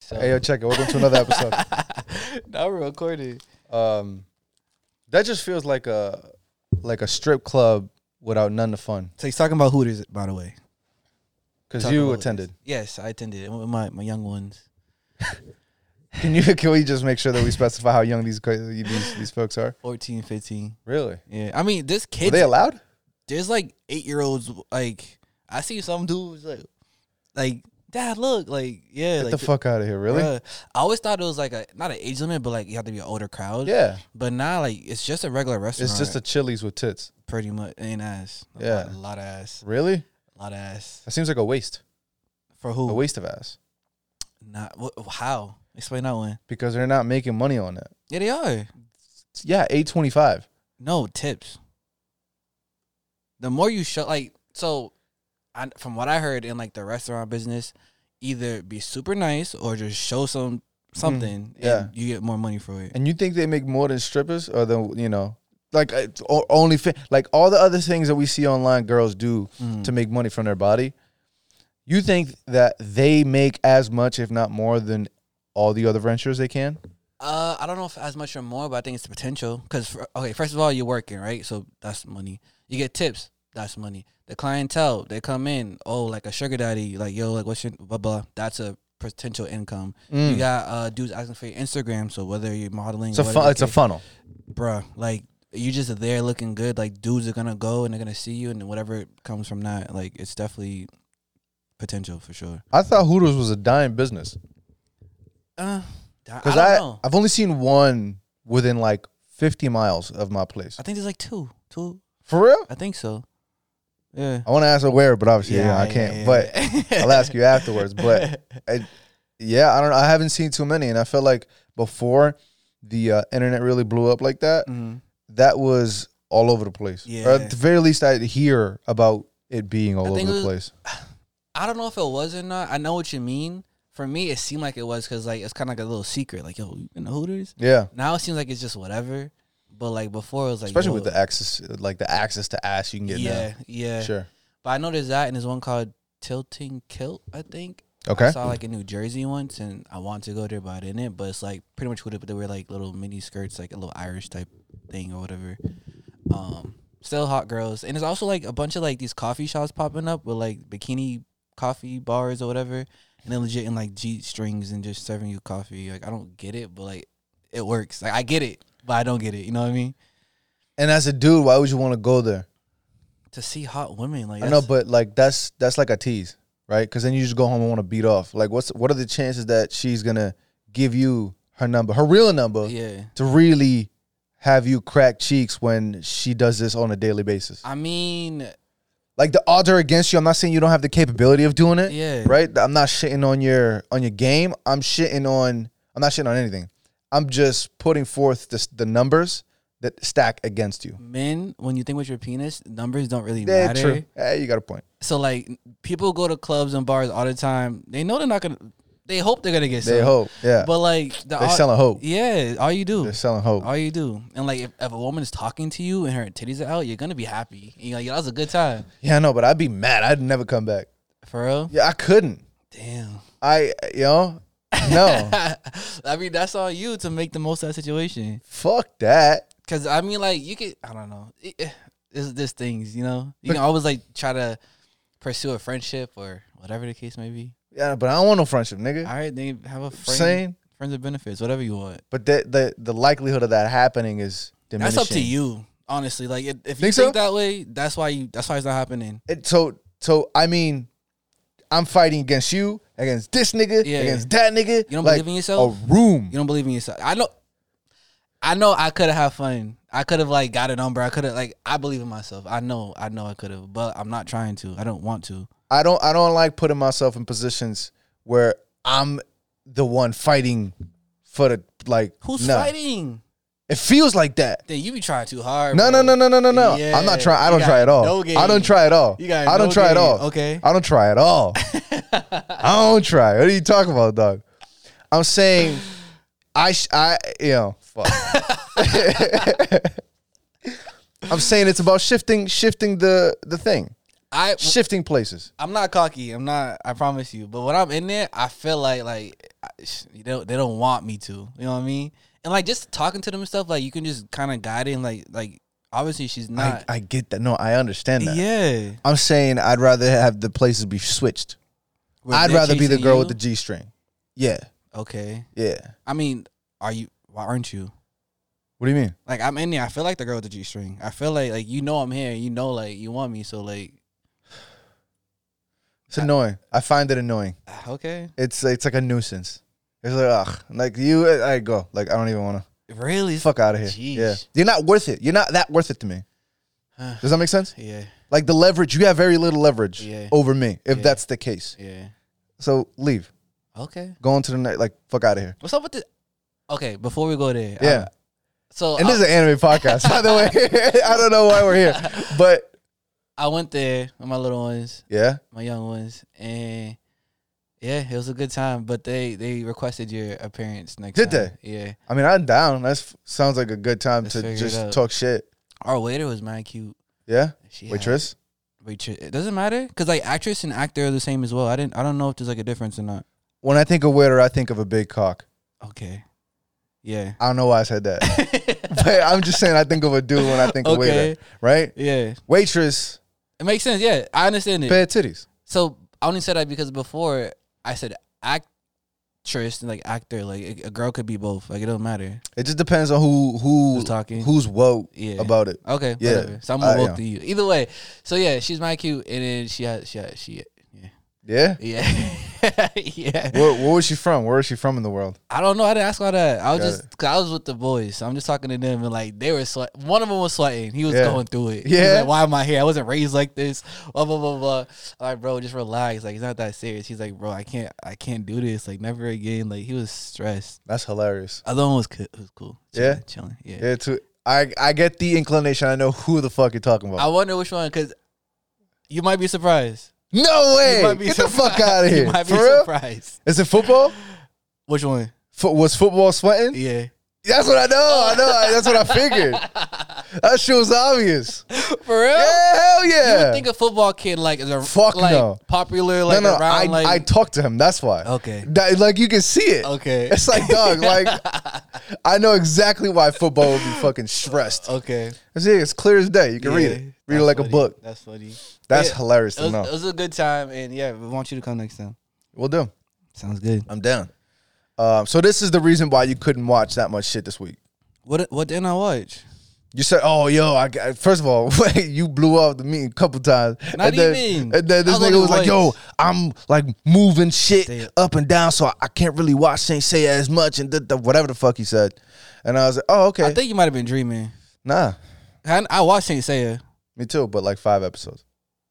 So Hey, yo, check it. Welcome to another episode. now we're recording. Um, that just feels like a like a strip club without none of the fun. So he's talking about Hooters, by the way. Because Talking you about Hooters. attended. Yes, I attended. and My my young ones. Can you? Can we just make sure that we specify how young these co- these these folks are? 14, 15. Really? Yeah. I mean, this Were kid they allowed? there's like 8-year-olds like I see some dudes like like dad look like yeah Get like the fuck out of here! Really? bruh. I always thought it was like a not an age limit but like you have to be an older crowd. yeah. But now like it's just a regular restaurant. It's just a Chili's with tits. pretty much ain't ass. A Yeah. lot, a lot of ass. Really? A lot of ass. That seems like a waste. For A who? waste of ass. Not wh- how? Explain that one. Because they're not making money on it. Yeah, they are. Yeah, eight twenty five. No tips. The more you show, like, so, I, from what I heard in like the restaurant business, either be super nice or just show some Mm, something. yeah. and you get more money for it. And you think they make more than strippers, or than you know, like uh, o- only fa- like all the other things that we see online girls do Mm. to make money from their body. You think that they make as much, if not more, than all the other ventures they can? Uh, I don't know if as much or more, but I think it's the potential. Because okay, first of all, you're working right, so that's money. You get tips, that's money. The clientele they come in, oh, like a sugar daddy, like yo, like what's your blah blah. That's a potential income. You got uh dudes asking for your Instagram, so whether you're modeling, Mm. It's a whatever fun, the it's a case- funnel. bruh, like you just there looking good. Like dudes are gonna go and they're gonna see you, and whatever comes from that, like it's definitely potential for sure. I thought Hooters was a dying business Uh, I, I because don't I, know. I've only seen one within like fifty miles of my place. I think there's like two, two. For real? I think so. Yeah. I want to ask her where, but obviously yeah, I can't. but I'll ask you afterwards, but- Yeah, I don't know. I haven't seen too many, and I felt like before the uh, internet really blew up like that, Mhm. that was all over the place. Or Yeah. at the very least, I'd hear about it being all I over think it the was- place. I don't know if it was or not. I know what you mean. For me, it seemed like it was because like it's kind of like a little secret. Like yo, you been to Hooters? Yeah, Now it seems like it's just whatever. But like before, it was like especially yo, with the access, like the access to ass you can get yeah, yeah. now. Sure. But I know there's that, and there's one called Tilting Kilt, I think. I Okay. saw like in New Jersey once, and I wanted to go there, but I didn't. But it's like pretty much what it, they were like little mini skirts, like a little Irish type thing or whatever. Um, still hot girls, and there's also like a bunch of like these coffee shops popping up with like bikini coffee bars or whatever, and they're legit in like G strings and just serving you coffee. Like I don't get it, but like it works. Like I get it, but I don't get it. You know what I mean? And as a dude, why would you want to go there? To see hot women, like I know, that's- but like that's that's like a tease, right? Because then you just go home and want to beat off. Like, what's what are the chances that she's gonna give you her number, her real number, yeah. to really have you crack cheeks when she does this on a daily basis. I mean, Like the odds are against you. I'm not saying you don't have the capability of doing it. yeah, Right? I'm not shitting on your on your game. I'm shitting on I'm not shitting on anything. I'm just putting forth this, the numbers that stack against you. men, when you think with your penis, numbers don't really Yeah, matter. true. Hey, you got a point. So like people go to clubs and bars all the time. They know they're not gonna. They hope they're gonna get. They some. hope. Yeah. But like the They're all- selling hope. Yeah, all you do, They're selling hope. all you do, and like if, if a woman's talking to you and her titties are out, you're gonna be happy. You're like, "Yo, that was a good time Yeah, I know, but I'd be mad. I'd never come back. for real. Yeah, I couldn't. Damn. I you know? No. I mean, that's on you to make the most of that situation. Fuck that. Cause I mean, like you could, I don't know. It, it- it's just things, you know. You But- can always like try to pursue a friendship or whatever the case may be. Yeah, but I don't want no friendship, nigga. All right, then have a friend. Same. friends with benefits, whatever you want. But the the the likelihood of that happening is diminishing. That's up to you, honestly. Like if, if you Think think, so? that way, that's why you. That's why it's not happening. It, so so I mean, I'm fighting against you, against this nigga, Yeah. against that nigga. You don't like believe in yourself. A room. You don't believe in yourself. I know. I know I could have had fun. I could have like got a number. I could have like I believe in myself. I know. I know I could have, but I'm not trying to. I don't want to. I don't I don't like putting myself in positions where I'm the one fighting for the like. Who's nah. fighting? It feels like that. Then you be trying too hard. No, no, bro. no, no, no, no, no. I'm Yeah, not trying. I you don't got try at all. no I game. don't try at all. You got. I don't no try at game. all. Okay. I don't try at all. I don't try. What are you talking about, dog? I'm saying, I, sh- I, you know, fuck. I'm saying it's about shifting, shifting the the thing. I shifting places. I'm not cocky. I'm not. I promise you. But when I'm in there, I feel like like I- they don't they don't want me to. You know what I mean? And like just talking to them and stuff, like you can just kind of guide in. Like like obviously she's I, not. I get that. No, I understand that. yeah. I'm saying I'd rather have the places be switched. Where I'd they're rather be the chasing girl you? with the G string. Yeah, Okay. yeah. I mean, are you? Why aren't you? What do you mean? Like I'm in there. I feel like the girl with the G string. I feel like like you know I'm here. You know like you want me. So like It's annoying. I find it annoying. ah, okay. It's it's like a nuisance. It's like ugh, like you. uh, I I go like I don't even want Really? to fuck out of here. Jeez. Yeah, you're not worth it. You're not that worth it to me. Huh. Does that make sense? Yeah. Like the leverage, you have very little leverage Yeah. over me if Yeah. that's the case. Yeah. So leave. Okay. Go on to the night. Like fuck out of here. What's up with the? Okay, before we go there. Yeah. I- so And I, this is an anime podcast, by the way. I don't know why we're here, but I went there with my little ones, yeah, my young ones, and yeah, it was a good time. But they they requested your appearance next. Did time. Yeah. I mean I'm down. That sounds like a good time Let's figure to it just out. talk shit. Our waiter was mad cute. Yeah, She had- waitress. Waitress. It doesn't matter because like actress and actor are the same as well. I didn't. I don't know if there's like a difference or not. When I think of waiter, I think of a big cock. Okay. Yeah. I don't know why I said that, but I'm just saying I think of a dude when I think of Okay. waiter, right? Yeah. Waitress, It makes sense. Yeah, I understand it. pair of titties. So I only said that because before I said actress and like actor, like a, a girl could be both. Like it don't matter. It just depends on who who Who's talking? who's woke Yeah. about it. Okay, Yeah. whatever. So I'm gonna Uh, walk yeah. to you. Either way, so yeah, she's my cute, and then she had, she had, she, yeah, Yeah. yeah, yeah. Where, where was she from? Where is she from in the world? I don't know. I didn't ask all that. I was Got just, cause I was with the boys, so I'm just talking to them, and like they were sweat. One of them was sweating. He was Yeah. going through it. He was Yeah. like, why am I here? I wasn't raised like this. Blah blah blah blah. I'm like, bro, just relax. Like it's not that serious. He's like, bro, I can't, I can't do this. Like never again. Like he was stressed. That's hilarious. Other one was cool. Was cool. Yeah? Chilling, chilling. Yeah. Yeah, too. I I get the inclination. I know who the fuck you're talking about. I wonder which one, cause you might be surprised. no way! You might be Get the surprised. fuck out of here. You might be For real? surprised. Is it football? Which one? E Fo- was football sweating? Yeah. That's what I know. I know. That's what I figured. That shit was obvious. For real? Yeah, hell yeah. You would think a football kid like is a Fuck like no. popular like no, no, around I, like Oh, I talked to him. That's why. Okay. That- like you can see it. Okay. It's like dog. Like I know exactly why football would be fucking stressed. Okay. It's, it's clear as day. You can read Yeah. it. Read it That's like a funny. book. That's funny. That's Yeah. hilarious It to was, know. it was a good time and yeah, we want you to come next time. We'll do. Sounds good. I'm down. Um, so this is the reason why you couldn't watch that much shit this week. What what didn't I watch? You said, "Oh, yo, I got, first of all, wait, you blew off the meeting a couple times." Not and then, even. And then this I was nigga only was like, "Yo, once. I'm like moving shit Damn. up and down, so I, I can't really watch Saint Say as much and th- th- whatever the fuck he said." And I was like, "Oh, okay, I think you might have been dreaming. nah, I, I watched Saint Seiya. me too." But like five episodes.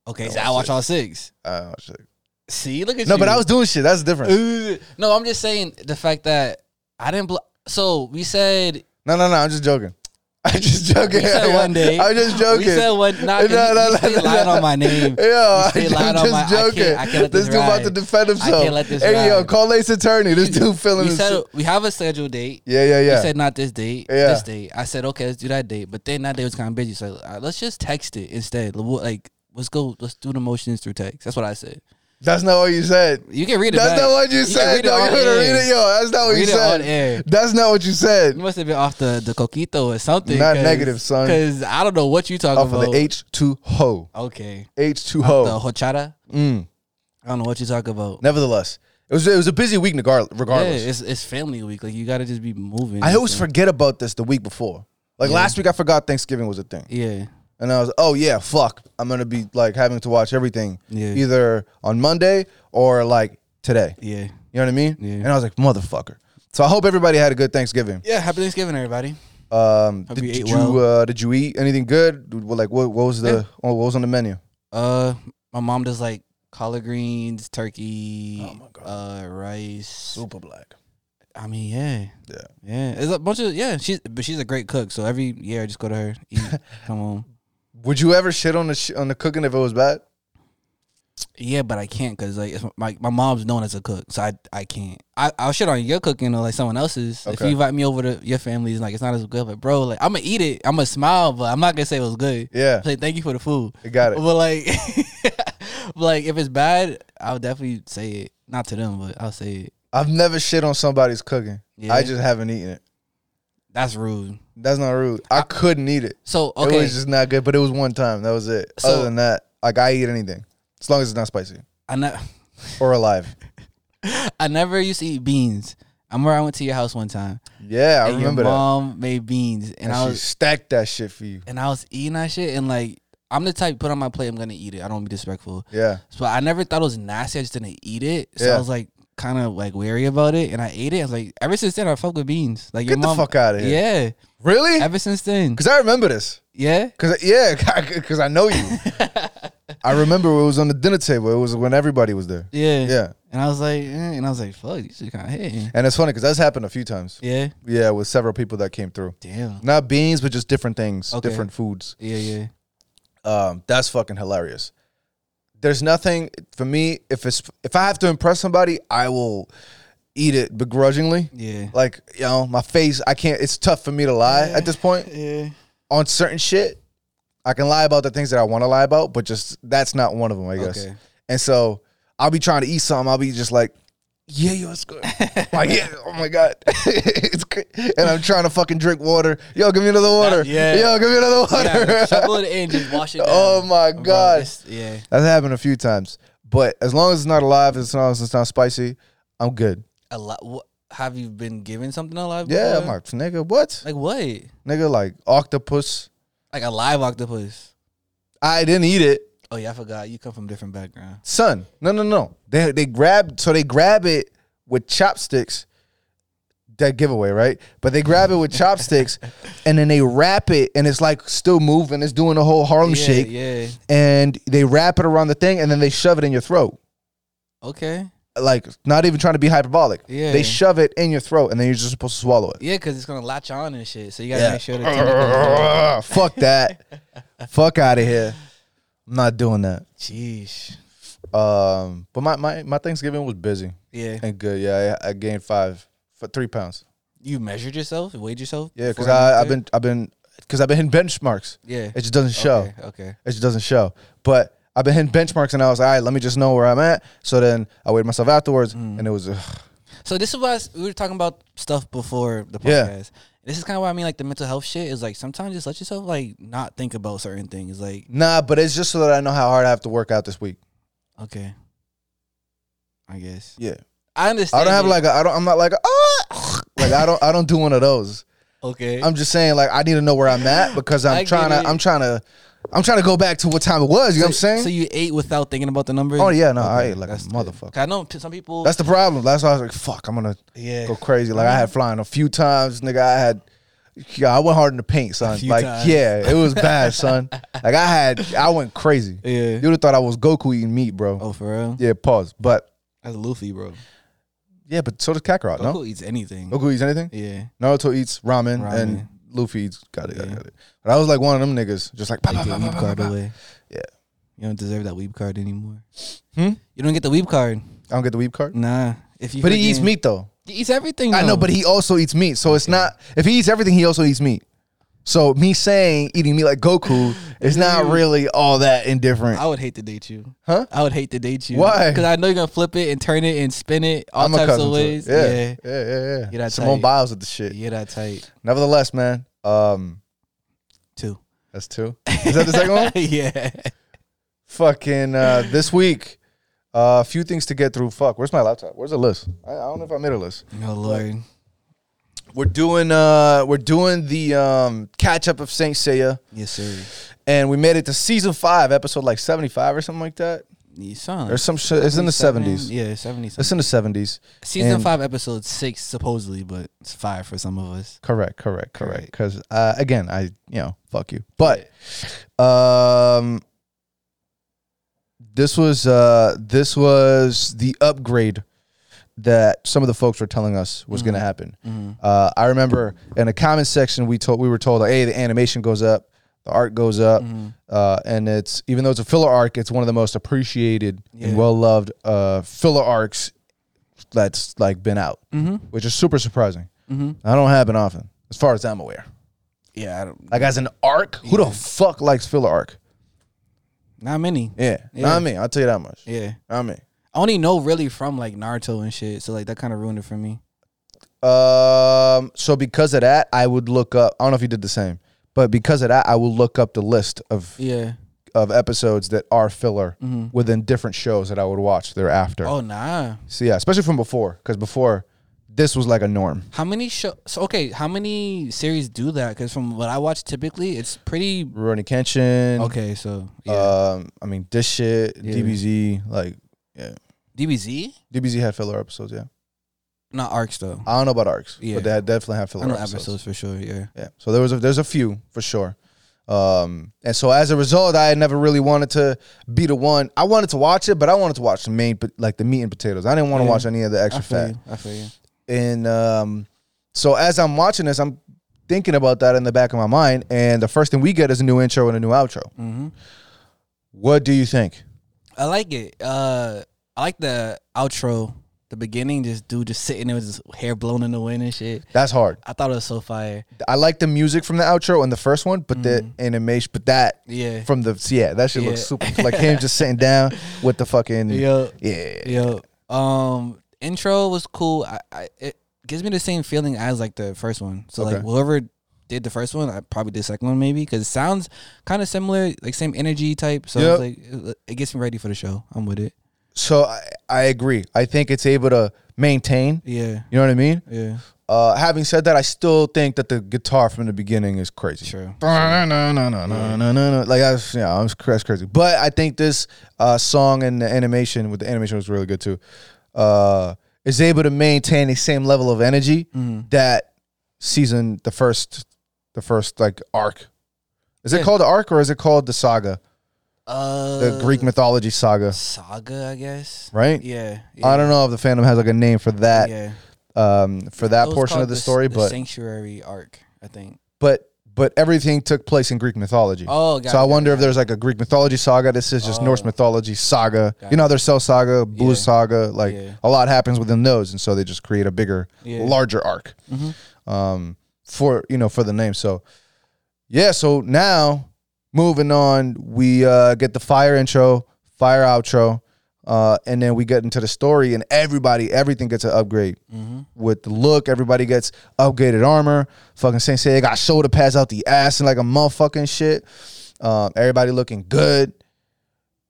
Okay, I so I watched watched all six. I don't watch it. See, look at Oh, No, you. but I was doing shit. That's different. Ugh. No, I'm just saying the fact that I didn't. Bl- so we said No, no, no. I'm just joking. I'm just joking. We said one day. I'm just joking. We said one. Nah, no, no, no, stay lying on my name. Yeah, You stay lying I'm on just my- I can't- joking. I can't let this this dude about to ride. defend himself. let this Hey, yo, ride. call Ace attorney. This dude feeling We his said we have a scheduled date. Yeah, yeah, We yeah. said not this date. Yeah. This date. I said okay, let's do that date. But then that day was kind of busy, so uh, let's just text it instead. Like, we'll- Like let's go. Let's do the motions through text. That's what I said. that's not what you said. You can read it. That's back. not what you, can said. read it No, on you gonna air. read it, yo. That's not what you Read it on said. air. That's not what you said. You must have been off the the coquito or something. Not negative, son. Because I don't know what you talking Off about. of the H two ho. okay. H two The ho. horchata. Mm. I don't know what you talking about. Nevertheless, it was it was a busy week regar- Yeah, regardless. it's it's family week. Like you gotta just be moving. I always So- forget about this the week before. Like last week, I forgot Thanksgiving was a thing. Yeah. And I was, oh yeah, fuck, I'm gonna be like having to watch everything Yeah. either on Monday or like today. Yeah. You know what I mean? Yeah. And I was like, motherfucker. So I hope everybody had a good Thanksgiving. Yeah, happy Thanksgiving, everybody. Um, Hope did you you, ate well. uh, did you eat anything good? Well, Like what, what was the Yeah. oh, what was on the menu? Uh, my mom does like collard greens, turkey, Oh my uh, rice. black. I mean, yeah, Yeah. yeah. It's a bunch of yeah. She's but she's a great cook. So every year I just go to her, eat, come home. Would you ever shit on the sh- on the cooking if it was bad? Yeah, but I can't because like it's my my mom's known as a cook, so I I can't. I I'll shit on your cooking or like someone else's. If Okay. you invite me over to your family's, like it's not as good, but bro, like I'm gonna eat it. I'm gonna smile, but I'm not gonna say it was good. Yeah, Say thank you for the food, I got it. but like, but, like if it's bad, I'll definitely say it. Not to them, but I'll say it. I've never shit on somebody's cooking. Yeah, I just haven't eaten it. that's rude. That's not rude. I, couldn't eat it. So okay, It was just not good. But it was one time. That was it. So- Other than that, like I eat anything as long as it's not spicy I know. or alive. I never used to eat beans. I remember I went to your house one time. Yeah, I and remember your that. mom made beans, and, And I she was stacked that shit for you. and I was eating that shit, and like I'm the type put on my plate, I'm gonna eat it. I don't be disrespectful, Yeah, so I never thought it was nasty. I just didn't eat it, so Yeah. I was like kind of like wary about it, and I ate it. I was like, ever since then, I fuck with beans. Like your get mom, the fuck out of here. yeah. Really? Ever since then, Because I remember this. yeah. Cause yeah, cause I know you. I remember it was on the dinner table. It was when everybody was there. Yeah. Yeah, And I was like, eh, and I was like, fuck, you should kind of hit. and it's funny because that's happened a few times. Yeah. Yeah, with several people that came through. Damn. Not beans, but just different things, Okay. different foods. Yeah, yeah. Um, that's fucking hilarious. There's nothing for me if it's if I have to impress somebody, I will eat it begrudgingly. Yeah. Like you know, my face, I can't. It's tough for me to lie at this point Yeah. on certain shit. I can lie about the things that I want to lie about, but just that's not one of them, I guess. Okay. And so I'll be trying to eat something. I'll be just like, yeah, yo, it's good. like, yeah, oh my God. it's good. And I'm trying to fucking drink water. Yo, give me another water. yeah. Yo, give me another water. yeah. Shovel it in, just wash it down. oh my Bro, God. this- yeah. That's happened a few times. But as long as it's not alive, as long as it's not spicy, I'm good. a lot. What have you been given something alive? Yeah, I'm before? like, nigga, what? like what? Nigga, like octopus. Like a live octopus. I didn't eat it. Oh yeah, I forgot. You come from different background. Son, no, no, no. They they grab so they grab it with chopsticks. That giveaway, right? But they grab it with chopsticks, and then they wrap it, and it's like still moving. It's doing the whole Harlem yeah, Shake, Yeah. and they wrap it around the thing, and then they shove it in your throat. Okay. Like not even trying to be hyperbolic. Yeah. They shove it in your throat, and then you're just supposed to swallow it. Yeah, because it's gonna latch on and shit. So you gotta Yeah. make sure the tongue comes out. Fuck that. Fuck out of here. I'm not doing that. Jeez. Um, but my, my my Thanksgiving was busy Yeah. and good. Yeah, I, I gained five for three pounds. You measured yourself, weighed yourself. Yeah, because before you I've left been I've been because I've been hitting benchmarks. there? It just doesn't Yeah. show. Okay. Okay. It just doesn't show. But I've been hitting benchmarks, and I was like, all right, let me just know where I'm at. So then I weighed myself afterwards, and it was ugh, So this is why I s- we were talking about stuff before the Yeah. podcast. This is kind of why I mean, like the mental health shit is like sometimes just let yourself like not think about certain things. Like nah. But it's just so that I know how hard I have to work out this week. okay, I guess Yeah, I understand. I don't have it. like a, I don't. I'm not like ah, like I don't I don't do one of those. okay. I'm just saying like I need to know where I'm at because I I'm get trying it. to I'm trying to I'm trying to go back to what time it was. You know what I'm saying? So you ate without thinking about the numbers? oh yeah, no, I Okay, ate like a that's good. motherfucker. 'Cause I know p- some people. That's the problem. That's why I was like, fuck, I'm gonna yeah. go crazy. Like I had flying a few times, nigga. I had, yeah, I went hard in the paint, son. few like, times. yeah, it was bad, son. Like I had, I went crazy. Yeah. You would have thought I was Goku eating meat, bro. Oh, for real? Yeah, pause. But That's Luffy, bro. yeah, but so does Kakarot. Goku eats anything. No, Goku eats anything. Yeah. Naruto eats ramen, Ramen. and Luffy eats. Got it, got it, got it. But I was like one of them niggas, just like, bah, bah, Take your bah, bah, weeb bah, card bah. away. Yeah. You don't deserve that weeb card anymore. Hmm? You don't get the weeb card. I don't get the weep card. Nah. If you But he eats freaking- meat though. He eats everything. I know, but he also eats meat. So it's not if he eats everything, he also eats meat. So me saying eating meat like Goku is not really all that indifferent. I would hate to date you. Huh? I would hate to date you. Why? Because I know you're gonna flip it and turn it and spin it all I'm a types cousin to of it. ways. Yeah, Yeah. yeah, yeah, yeah. You're not Simone tight. Biles with the shit. Yeah, that tight Nevertheless, man. Um, too. that's two. Is that the second one? yeah. Fucking uh, this week. A uh, few things to get through. Fuck. Where's my laptop? Where's the list? I, I don't know if I made a list. Oh Lord. We're doing uh, we're doing the um, catch up of Saint Seiya, Yes, sir. and we made it to season five, episode like seventy five or something like that. You son. Or some shit. It's in the 77, seventies. Yeah, 70 It's in the seventies. Season and- five, episode six, supposedly, but it's five for some of us. Correct, correct, correct. Correct. Because uh, again, I you know fuck you. But um, this was uh this was the upgrade that some of the folks were telling us was going to happen. Mhm. Uh, I remember in the comment section we told we were told, hey, the animation goes up, the The art goes up, Mm-hmm. uh, and it's even though it's a filler arc, it's one of the most appreciated Yeah. and well loved uh, filler arcs that's like been out, which is super surprising. I don't happen often, as far as I'm aware. Yeah, I don't, Like as an arc, who the fuck likes filler arc? not many. Yeah, Yeah. Not me. I'll tell you that much. Yeah, Not me. I only know really from like Naruto and shit. So like that kind of ruined it for me. Um, so because of that, I would look up. I don't know if you did the same, but because of that, I will look up the list of Yeah. of episodes that are filler within different shows that I would watch thereafter. Oh nah. So yeah, especially from before, because before this was like a norm. How many show? So okay, how many series do that? Because from what I watch, typically it's pretty. Rurouni Kenshin. Okay, so yeah. Um, I mean this shit, DBZ, like yeah, DBZ, DBZ had filler episodes. Yeah, not arcs though. I don't know about arcs, Yeah. but they had definitely had I filler know episodes. episodes for sure. Yeah. Yeah. So there was a, there's a few for sure. Um, and so as a result, I had never really wanted to be the one. I wanted to watch it, but I wanted to watch the main, po- like the meat and potatoes. I didn't want to Yeah. watch any of the I extra feel fat. you. I feel you. And um, so as I'm watching this, I'm thinking about that in the back of my mind. And the first thing we get is a new intro and a new outro. What do you think? Mm-hmm. I like it. Uh, I like the outro, the beginning. Just dude, just sitting there with his hair blown in the wind and shit. That's hard. I thought it was so fire. I like the music from the outro and the first one, but Mm. the animation, but that Yeah. from the yeah, that shit looks Yeah. super like him just sitting down with the fucking Yo, yeah. yo. Um, intro was cool. I, I it gives me the same feeling as like the first one. So like Okay. whoever did the first one, I probably did the second one maybe because it sounds kind of similar, like same energy type. So Yep. it's like it, it gets me ready for the show. I'm with it. So I, I agree. I think it's able to maintain. Yeah. You know what I mean? Yeah. Uh, having said that, I still think that the guitar from the beginning is crazy. True. Like that's yeah, I was- that's crazy. But I think this uh, song and the animation with the animation was really good too. Uh, is able to maintain the same level of energy Mm-hmm. that season the first the first like arc. Is it Yeah. called the arc or is it called the saga? Uh, The Greek mythology saga, saga, I guess. right? Yeah. I yeah, don't know if the fandom has like a name for that. Yeah. um, for that It was portion of called the s- story, but sanctuary arc, I think. but but everything took place in Greek mythology. Oh, got so I it, got it, wonder if got it. there's like a Greek mythology saga. This is just Norse Oh. mythology saga. Got you know, there's Cell Saga, Blue Yeah. Saga. Like Yeah. a lot happens within those, and so they just create a bigger, Yeah. Mm-hmm. larger arc. Um, for you know for the name. So yeah, so now moving on, we uh, get the fire intro, fire outro. Uh, and then we get into the story, and everybody, everything gets an upgrade Mm-hmm. with the look. Everybody gets upgraded armor. Fucking Sensei they got shoulder pads out the ass and like a motherfucking shit. Um, everybody looking good,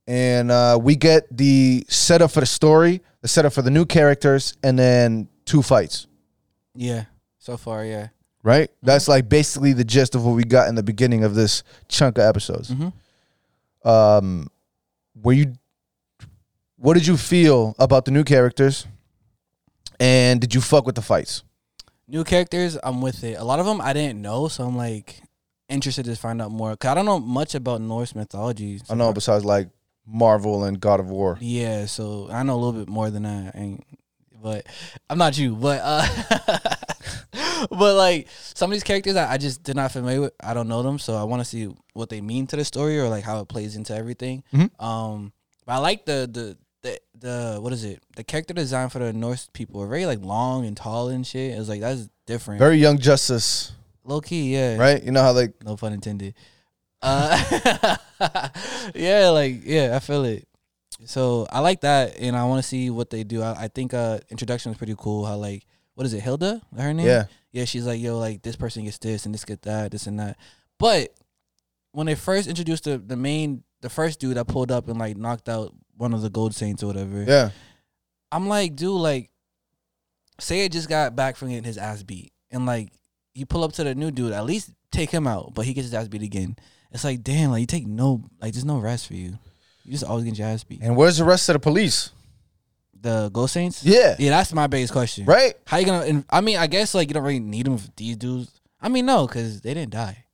and uh, we get the setup for the story, the setup for the new characters, and then two fights. Yeah. So far, yeah. Right, that's like basically the gist of what we got in the beginning of this chunk of episodes. Mhm. Um, were you? What did you feel about the new characters? And did you fuck with the fights? New characters, I'm with it. A lot of them I didn't know, so I'm like interested to find out more. Cause I don't know much about Norse mythology. I know, besides like Marvel and God of War. Yeah, so I know a little bit more than that, and but I'm not you, but uh, but like some of these characters, I, I just did not familiar with. I don't know them, so I want to see what they mean to the story or like how it plays into everything. Mhm. Um, but I like the the. The, the what is it? The character design for the Norse people are very like long and tall and shit. It's like that's different. Very Young Justice, Low key, yeah. right? You know how like No pun intended. Uh, yeah, like yeah, I feel it. So I like that, and I want to see what they do. I, I think uh introduction was pretty cool. How like what is it, Hilda? Her name? yeah, yeah. She's like yo, like this person gets this and this get that, this and that. But when they first introduced the the main, the first dude that pulled up and like knocked out one of the gold saints or whatever, yeah, I'm like, dude, like, say it just got back from getting his ass beat, and like, you pull up to the new dude, at least take him out, but he gets his ass beat again. It's like, damn, like you take no, like, there's no rest for you. You just always get your ass beat. And where's the rest of the police? The Ghost Saints, Yeah, yeah, that's my biggest question. right. How you gonna? and- I mean, I guess like you don't really need them. For these dudes, I mean, no, because they didn't die.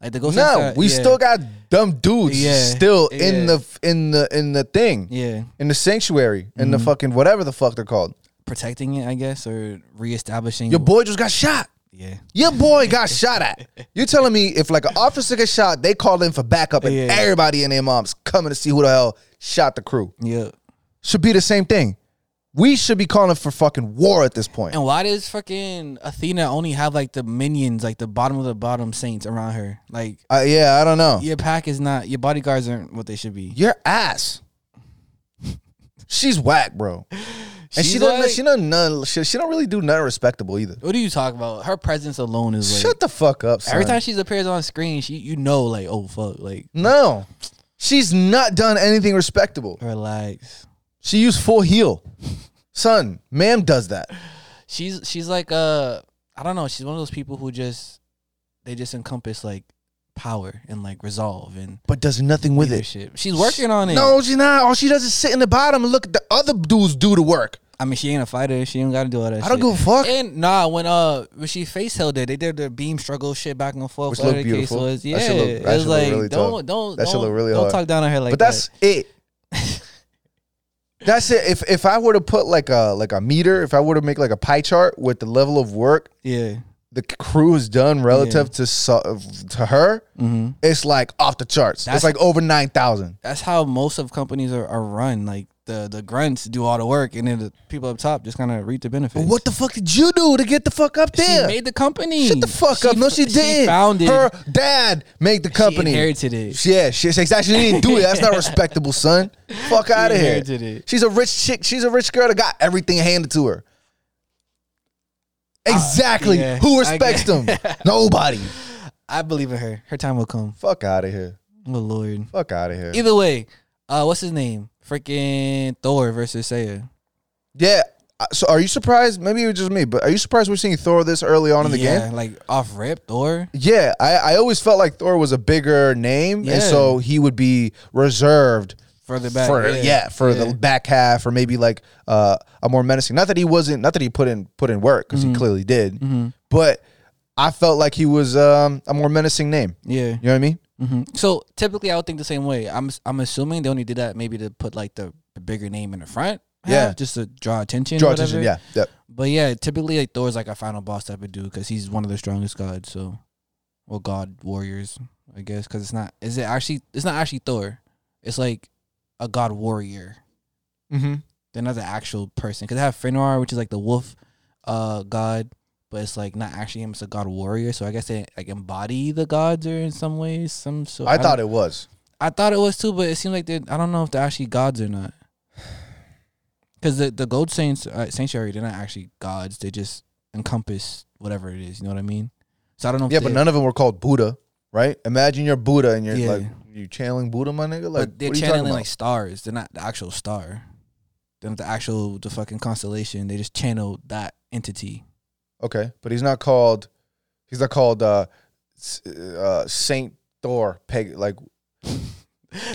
Like the Ghost Saints, No, got- we yeah, still got dumb dudes Yeah. still Yeah. in the in the in the thing yeah Mm-hmm. in the sanctuary in the fucking whatever the fuck they're called. protecting it, I guess, or reestablishing. Your boy just got shot. Yeah. Your boy got shot at. You're telling me if like an officer gets shot, they call in for backup and Yeah. everybody and their mom's coming to see who the hell shot the crew. Yeah. Should be the same thing. We should be calling for fucking war at this point. And why does fucking Athena only have like the minions, like the bottom of the bottom saints around her? Like Uh, yeah, I don't know. your pack is not your bodyguards aren't what they should be. Your ass. She's whack, bro. And she She's don't. like- she don't. None, she, she don't really do nothing respectable either. What do you talk about? Her presence alone is like Shut the fuck up. Son. every time she appears on screen, she you know like oh fuck like no, she's not done anything respectable. relax. She used full heel. Son, ma'am does that. She's she's like uh I don't know. She's one of those people who just they just encompass like power and like resolve and but does nothing with it. leadership. She's working on it. No, she's not. All she does is sit in the bottom and look at the other dudes do the work. I mean she ain't a fighter. She ain't got to do all that. I don't shit. give a fuck. And nah, when uh when she face held it, they did their beam struggle shit back and forth. Which whatever looked the beautiful. Case was. That Yeah, shit looked- that it was shit looked like really don't tough. don't That shit don't, looked really don't hard. talk down on her like but that's it. that's it. If if I were to put like a like a meter, if I were to make like a pie chart with the level of work that. yeah. the crew has done relative to so, to her, Mm-hmm. it's like off the charts. That's- it's like over nine thousand. That's how most of companies are, are run. Like the the grunts do all the work, and then the people up top just kind of reap the benefits. What the fuck did you do to get the fuck up She there? made the company. Shut the fuck She up! No, she f- didn't. She founded Her dad made the She company. inherited it. Yeah, she she exactly she didn't do it. That's not respectable, son. Fuck out of here. inherited it. She's a rich chick. She's a rich girl that got everything handed to her. Exactly. Ah, yeah, Who I respects get- them? Nobody. I believe in her. Her time will come. Fuck out of here. Oh Lord. Fuck out of here. Either way, uh, what's his name? Freaking Thor versus Saya. Yeah. Uh, So are you surprised? Maybe it was just me, but are you surprised we're seeing Thor this early on in the yeah, game? like off rip Thor. Yeah, I, I always felt like Thor was a bigger name, and Yeah. so he would be reserved Further back, for yeah, yeah. for Yeah. the back half, or maybe like uh, a more menacing. Not that he wasn't, not that he put in put in work because Mm-hmm. he clearly did, but I felt like he was um, a more menacing name. Yeah. You know what I mean? hmm So typically, I would think the same way. I'm I'm assuming they only did that maybe to put like the bigger name in the front. Yeah. half, just to draw attention. Draw or attention, whatever. yeah, yep. But yeah, typically like Thor's like a final boss type of dude because he's one of the strongest gods. So, well, god warriors, I guess. Because it's not is it actually it's not actually Thor. It's like a god warrior. Mm-hmm. They're not the actual person. Because they have Fenrir, which is like the wolf, uh, god. But it's like not actually him. It's a god warrior. So I guess they like embody the gods or in some ways some sort. I don't- thought it was. I thought it was too, but it seemed like they. I don't know if they're actually gods or not. Because the the gold saints uh, sanctuary, they're not actually gods. They just encompass whatever it is. You know what I mean? So I don't know. If Yeah, but they- none of them were called Buddha, right? Imagine you're Buddha and you're Yeah. like you channeling Buddha, my nigga. Like But they're what are you talking channeling about? like stars. They're not the actual star. They're not the actual the fucking constellation. They just channel that entity. Okay, but he's not called. He's not called uh, S- uh Saint Thor. Peg like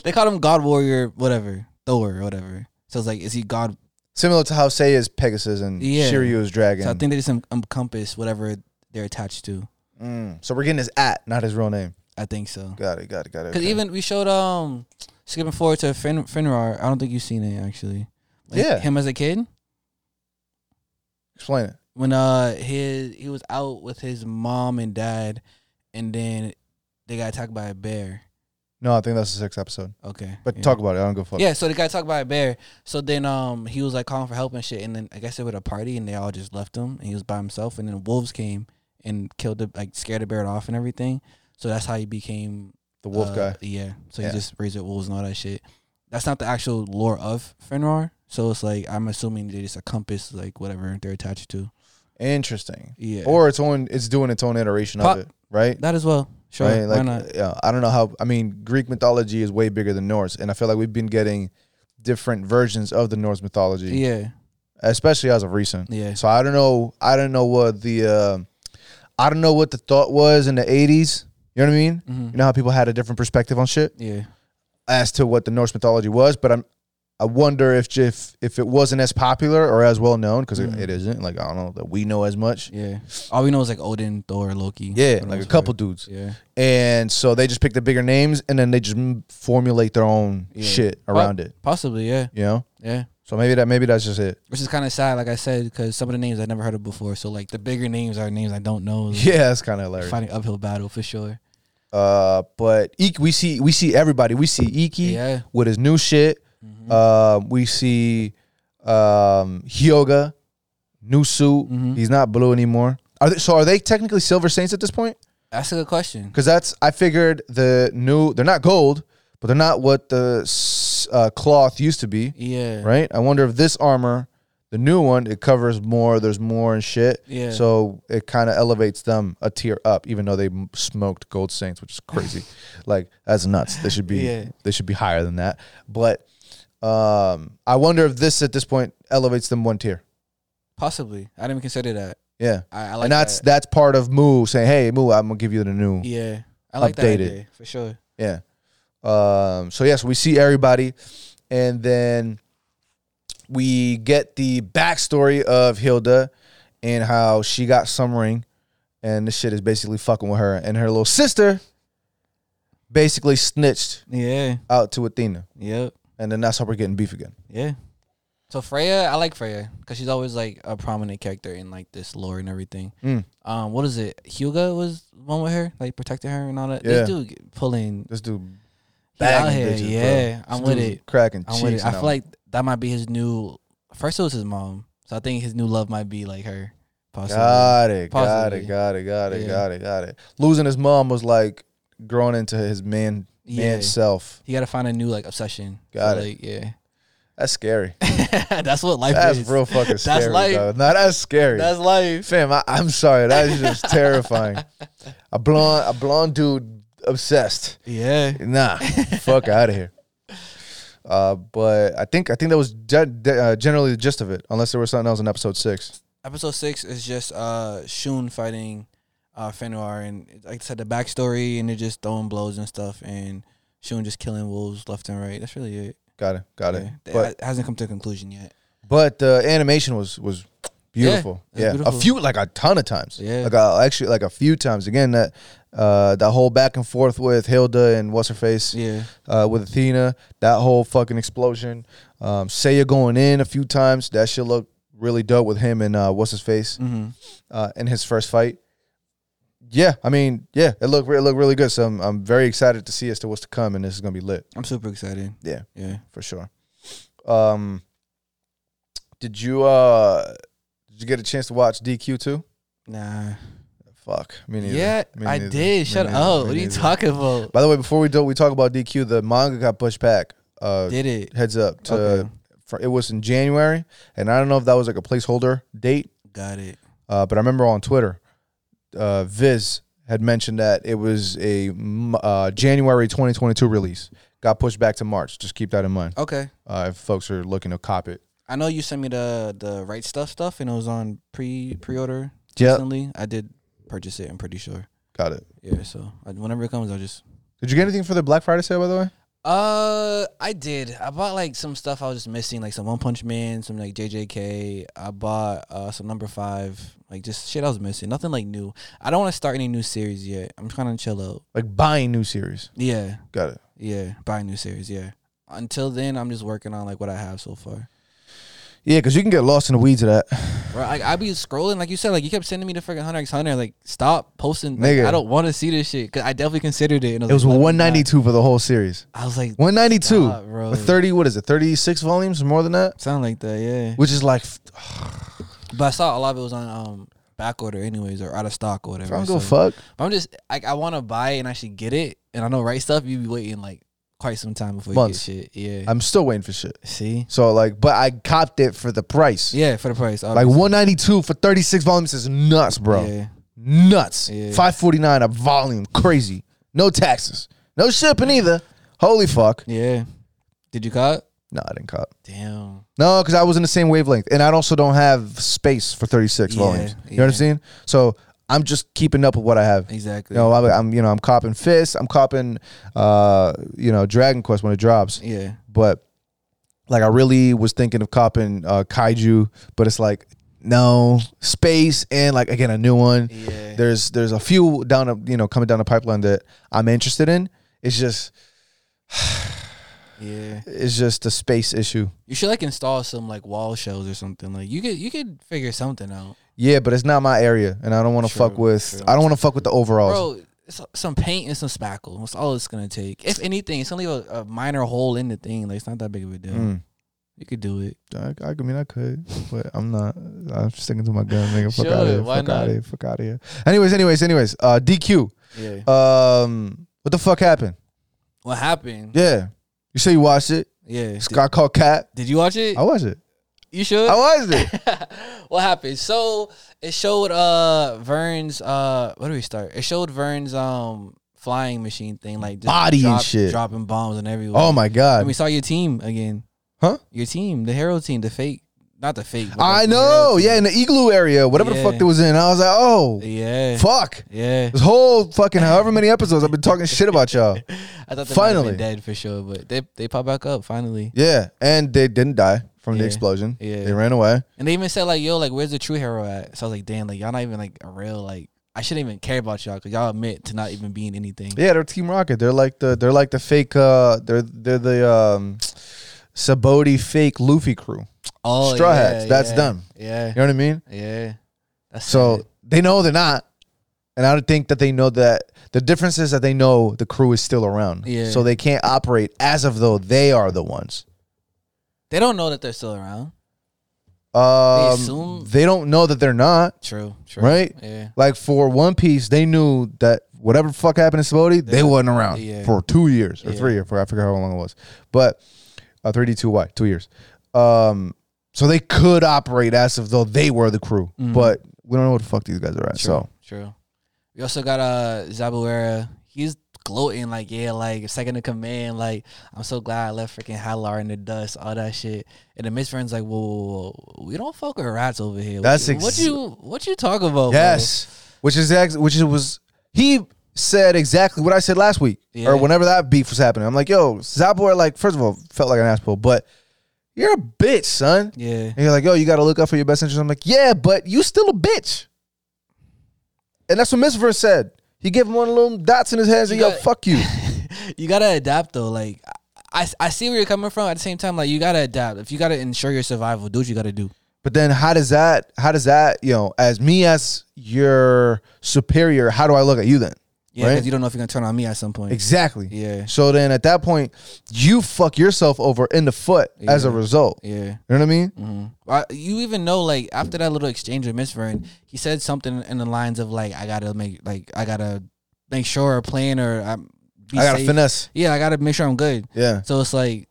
They call him God Warrior, whatever Thor, or whatever. So it's like, is he God? similar to how Say is Pegasus and Yeah. Shiryu is dragon. So I think they just en- encompass whatever they're attached to. Mm, so we're getting his at, not his real name. I think so. Got it. Got it. Got it. Because okay. even we showed um skipping forward to Fen- Fenrir. I don't think you've seen it actually. Yeah. him as a kid explain it. when uh his he was out with his mom and dad, and then they got attacked by a bear. No, I think that's the sixth episode. Okay, But yeah. talk about it. I don't go fuck. Yeah, so they got attacked by a bear. So then um he was like calling for help and shit, and then I guess they were at a party and they all just left him and he was by himself, and then wolves came and killed the like scared the bear off and everything. So that's how he became The wolf uh, guy. Yeah. So Yeah. he just raised up wolves and all that shit. That's not the actual lore of Fenrir. So it's like I'm assuming they just a compass, like whatever they're attached to. Interesting. Yeah. Or its own. It's doing its own iteration Pop- of it, right? that as well. Sure. right? Like, uh, why not? Yeah, I don't know how. I mean, Greek mythology is way bigger than Norse, and I feel like we've been getting different versions of the Norse mythology, Yeah. especially as of recent. Yeah. So I don't know. I don't know what the uh, I don't know what the thought was in the '80s. You know what I mean? Mhm. You know how people had a different perspective on shit Yeah. as to what the Norse mythology was, but I'm. I wonder if if, if it wasn't as popular or as well known because Mhm. it isn't. Like I don't know that we know as much. Yeah. All we know is like Odin, Thor, Loki. Yeah, for the like a most couple part. dudes. Yeah. And so they just pick the bigger names and then they just m- formulate their own Yeah. shit around it. Possibly. Yeah. You know, Yeah. So maybe that maybe that's just it. which is kind of sad. Like I said, because some of the names I never heard of before. So like the bigger names are names I don't know. Like, Yeah, that's kind of hilarious. fighting uphill battle for sure. Uh, but Ike, we see we see everybody. We see Iki Yeah. Mm-hmm. with his new shit. Um, we see um Hyoga, new suit. Mm-hmm. He's not blue anymore. Are they, so are they technically Silver Saints at this point? That's a good question. Because that's I figured the new they're not gold, but they're not what the s- uh, cloth used to be, Yeah. right? I wonder if this armor, the new one, it covers more. There's more and shit. Yeah. So it kind of elevates them a tier up, even though they m- smoked gold saints, which is crazy. like that's nuts. They should be Yeah. they should be higher than that. But um, I wonder if this at this point elevates them one tier. Possibly. I didn't even consider that. Yeah. I, I like and that's that. that's part of Moo saying, "Hey, Moo, I'm gonna give you the new Yeah. I like that Updated. idea, for sure. Yeah. Um, so yes, we see everybody, and then we get the backstory of Hilda and how she got some ring, and this shit is basically fucking with her and her little sister. Basically snitched Yeah. out to Athena, Yep. and then that's how we're getting beef again. Yeah. So Freya, I like Freya because she's always like a prominent character in like this lore and everything. Mm. Um, what is it? Hugo was the one with her, like protecting her and all that. Yeah. This dude get- pulling This dude, he out Bagging here. bitches, bro. yeah, I'm this with dude's it. cracking I'm cheeks. with it. I now. feel like that might be his new. First it was his mom, so I think his new love might be like her. Possibly. got it, got it, Possibly. got it, got it, Yeah. got it, got it. Losing his mom was like growing into his man, yeah. man self. He got to find a new like obsession. Got it. Like, yeah. That's scary. that's what life That's is. real fucking That's scary. life. Dog. No, that's scary. That's life. Fam, I, I'm sorry. That is just terrifying. A blonde, a blonde dude obsessed. Yeah. Nah, fuck out of here. Uh, but I think I think that was gen- uh, generally the gist of it, unless there was something else in episode six. episode six is just uh Shun fighting uh Fenrir and like I said the backstory and they're just throwing blows and stuff and Shun just killing wolves left and right. That's really it. Got it, got it. Yeah. It But ha- hasn't come to a conclusion yet. but the animation was was beautiful. it's Yeah, beautiful. a few like a ton of times. Yeah. like a, actually like a few times. Again, that uh, that whole back and forth with Hilda and what's her face. Yeah. uh, with Athena, that whole fucking explosion. Um, Seiya going in a few times. That shit looked really dope with him and uh, what's his face Mm-hmm. uh, in his first fight. Yeah, I mean, yeah, it looked re- it looked really good. So I'm, I'm very excited to see as to what's to come, and this is gonna be lit I'm super excited. Yeah. Yeah. for sure. Um, did you uh did you get a chance to watch DQ too? Nah. Fuck, me neither. Yeah, Me I neither. Me did. Shut neither. up. Me What are you neither. talking about? By the way, before we do we talk about DQ, the manga got pushed back. Uh, Did it. heads up to Okay. for, it was in January, and I don't know if that was like a placeholder date, Got it. uh, but I remember on Twitter, uh, Viz had mentioned that it was a m- uh, January 2022 release. Got pushed back to March. Just keep that in mind Okay. uh, if folks are looking to cop it. I know you sent me the the right stuff stuff and it was on pre pre order Yep. recently. I did purchase it. I'm pretty sure. Got it. Yeah. So I, whenever it comes, I'll just Did you get anything for the Black Friday sale, by the way? Uh, I did. I bought like some stuff I was just missing, like some One Punch Man, some like JJK. I bought uh some Number Five, like just shit I was missing. Nothing like new. I don't want to start any new series yet. I'm trying to chill out. Like buying new series. Yeah, Got it. yeah. Buy a new series. Yeah. Until then, I'm just working on like what I have so far. Yeah, because you can get lost in the weeds of that. Right. Like I be scrolling, like you said, like you kept sending me the freaking Hunter X Hunter. Like stop posting. Like, Nigga. I don't want to see this shit because I definitely considered it. And It was like, let me not- 192 for the whole series. I was like, 192. Stop, bro. With 30, what is it? 36 volumes, more than that? sound like that. Yeah. Which is like But I saw a lot of it was on um back order anyways or out of stock or whatever. I don't go so- fuck. But I'm just like I want to buy it and actually get it, and I know right stuff you be waiting like quite some time before Months. you get shit. Yeah. I'm still waiting for shit. See. So like, but I copped it for the price. Yeah, for the price. Like obviously. 192 for 36 volumes is nuts, bro. Yeah. Nuts. Yeah. 549 a volume, crazy. No taxes, no shipping either. Holy fuck. Yeah. Did you cop? No, I didn't cop. Damn. No, because I was in the same wavelength, and I also don't have space for 36 Yeah, volumes. You know what I'm yeah. saying? So I'm just keeping up with what I have. Exactly. You know, I'm, I'm you know I'm copping Fist, I'm copping, uh, you know, Dragon Quest when it drops. Yeah. but like I really was thinking of copping uh, kaiju, but it's like no space and like again a new one. Yeah. There's there's a few down the- you know coming down the pipeline that I'm interested in. It's just Yeah. It's just a space issue. You should like install some like wall shells or something. Like you could you could figure something out. Yeah, but it's not my area, and I don't want to True, fuck with. true. I don't want to fuck with the overalls. Bro, it's some paint and some spackle. That's all it's gonna take. If anything, it's gonna leave a, a minor hole in the thing. Like it's not that big of a deal. Mm. You could do it. I, I mean, I could, but I'm not. I'm sticking to my gun, nigga. Fuck Sure, out of here. why Fuck out not? of here. Fuck out of here. Anyways, anyways, anyways. Uh, DQ. Yeah. Um, what the fuck happened? What happened? Yeah, you say you watched it. Yeah. This Did, guy called Cat. did you watch it? I watched it. You should. I watched it. what happened? So it showed uh Vern's uh where do we start? It showed Vern's um flying machine thing like just Body and shit. dropping bombs and everywhere. Oh my and we god. saw your team again. Huh? Your team, the hero team, the fake, not the fake. but, I like, the hero know. team. Yeah, in the igloo area, whatever the Yeah. fuck they was in. I was like, oh yeah, fuck. yeah. This whole fucking however many episodes I've been talking shit about y'all. I thought they finally Finally. dead for sure, but they they pop back up finally, Yeah, and they didn't die from the Yeah. explosion. Yeah. They ran away. and they even said like, "Yo, like, where's the true hero at?" So I was like, "Damn, like, y'all not even like a real like." I shouldn't even care about y'all because y'all admit to not even being anything. Yeah, they're Team Rocket. They're like the they're like the fake uh they're they're the um Saboti fake Luffy crew. Oh, Straw yeah, hats, that's yeah, them. Yeah, You know what I mean? yeah. That's So sad. they know they're not. And I don't think that they know that the difference is that they know the crew is still around. Yeah. So they can't operate as of though they are the ones. they don't know that they're still around. Um, assume- they don't know that they're not. True, true. Right? Yeah, Like for One Piece, they knew that whatever the fuck happened to Saboti, they Yeah. wasn't around Yeah. for two years or Yeah. three. I forgot, I forgot how long it was, but uh, three D two Y two years. Um, so they could operate as if though they were the crew, Mhm. but we don't know what the fuck these guys are at. true, So true. We also got uh Zabuera. He's gloating like, yeah, like second in command. Like, I'm so glad I left freaking Halar in the dust, all that shit. And the Miss Friend's like, whoa, whoa, whoa, we don't fuck with rats over here. That's what, ex- what you what you talk about? bro? yes, which is ex- which is, was he said exactly what I said last week Yeah. or whenever that beef was happening. I'm like, yo, Zabor, like first of all, felt like an asshole, but you're a bitch, son. Yeah, And you're like, yo, you gotta look out for your best interest. I'm like, yeah, but you still a bitch. And that's what Miss Verse said. He gave him one of them dots in his hands and You yo, got- fuck you. you gotta adapt though. Like, I I see where you're coming from. At the same time, like, you gotta adapt. If you gotta ensure your survival, do what you gotta do. But then how does that how does that, you know, as me as your superior, how do I look at you then? Yeah, because Right. you don't know if you're gonna turn on me at some point. Exactly. Yeah. So then at that point, you fuck yourself over in the foot as a Yeah. result. Yeah. You know what I mean? Mhm. I, you even know, like after that little exchange with Miss Vern, he said something in the lines of like, "I gotta make, like, I gotta make sure a plan or I'm, be I gotta safe. finesse. Yeah, I gotta make sure I'm good." Yeah. So it's like,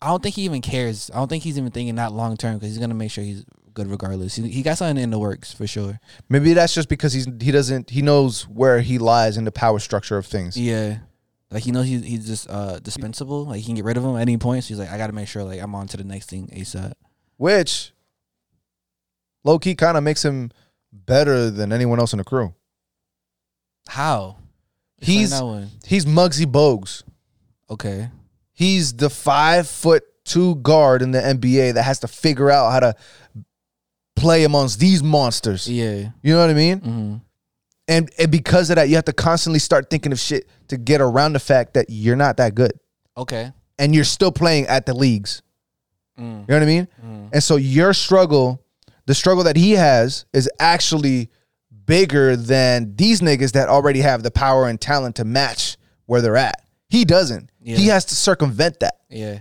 I don't think he even cares. I don't think he's even thinking that long term because he's gonna make sure he's good regardless. He, he got something in the works for sure. Maybe that's just because he's he doesn't he knows where he lies in the power structure of things. Yeah. Like he knows he's he's just uh dispensable. Like he can get rid of him at any point. So he's like, I gotta make sure like I'm on to the next thing ASAP. which low key kind of makes him better than anyone else in the crew. How? Explain He's that one. he's Muggsy Bogues. Okay. He's the five foot two guard in the NBA that has to figure out how to play amongst these monsters. Yeah. You know what I mean? hmm And and because of that, you have to constantly start thinking of shit to get around the fact that you're not that good. Okay. And you're still playing at the leagues. Mm. You know what I mean? Mm. And so your struggle, the struggle that he has, is actually bigger than these niggas that already have the power and talent to match where they're at. He doesn't. Yeah. He has to circumvent that, Yeah,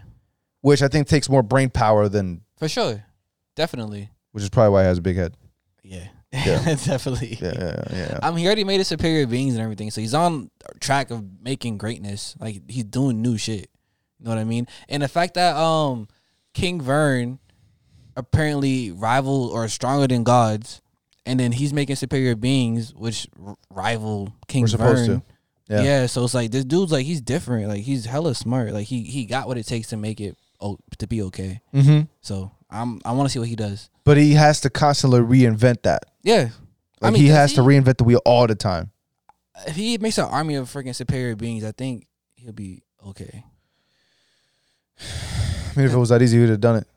which I think takes more brain power than, for sure, definitely. which is probably why he has a big head. Yeah, Yeah. definitely. Yeah, yeah, yeah. I mean, he already made his superior beings and everything, so he's on track of making greatness. Like he's doing new shit. You know what I mean? And the fact that um King Vern apparently rival or stronger than gods, and then he's making superior beings which r- rival King We're supposed Vern. to. Yeah. Yeah. so it's like this dude's like he's different. Like he's hella smart. Like he he got what it takes to make it oh to be okay. Mm-hmm. So I'm I want to see what he does. But he has to constantly reinvent that. Yeah. Like he does has to reinvent the wheel all the time. if he makes an army of freaking superior beings, I think he'll be okay. I mean, if it was that easy, he would have done it.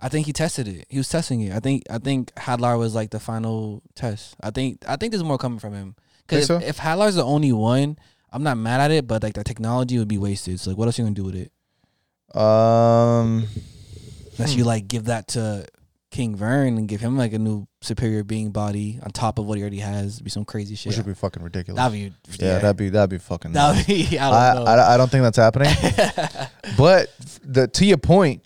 I think he tested it. He was testing it. I think I think Hadlar was like the final test. I think I think there's more coming from him. Because Think if, if Hadlar's the only one, I'm not mad at it, but like the technology would be wasted. So like, what else you gonna do with it? Um, Unless Hmm. you like give that to King Vern and give him like a new superior being body on top of what he already has. It'd be some crazy shit. which would be fucking ridiculous. that'd be yeah, that'd be that'd be fucking. that'd be. I I, don't know. I, I don't think that's happening. but the to your point,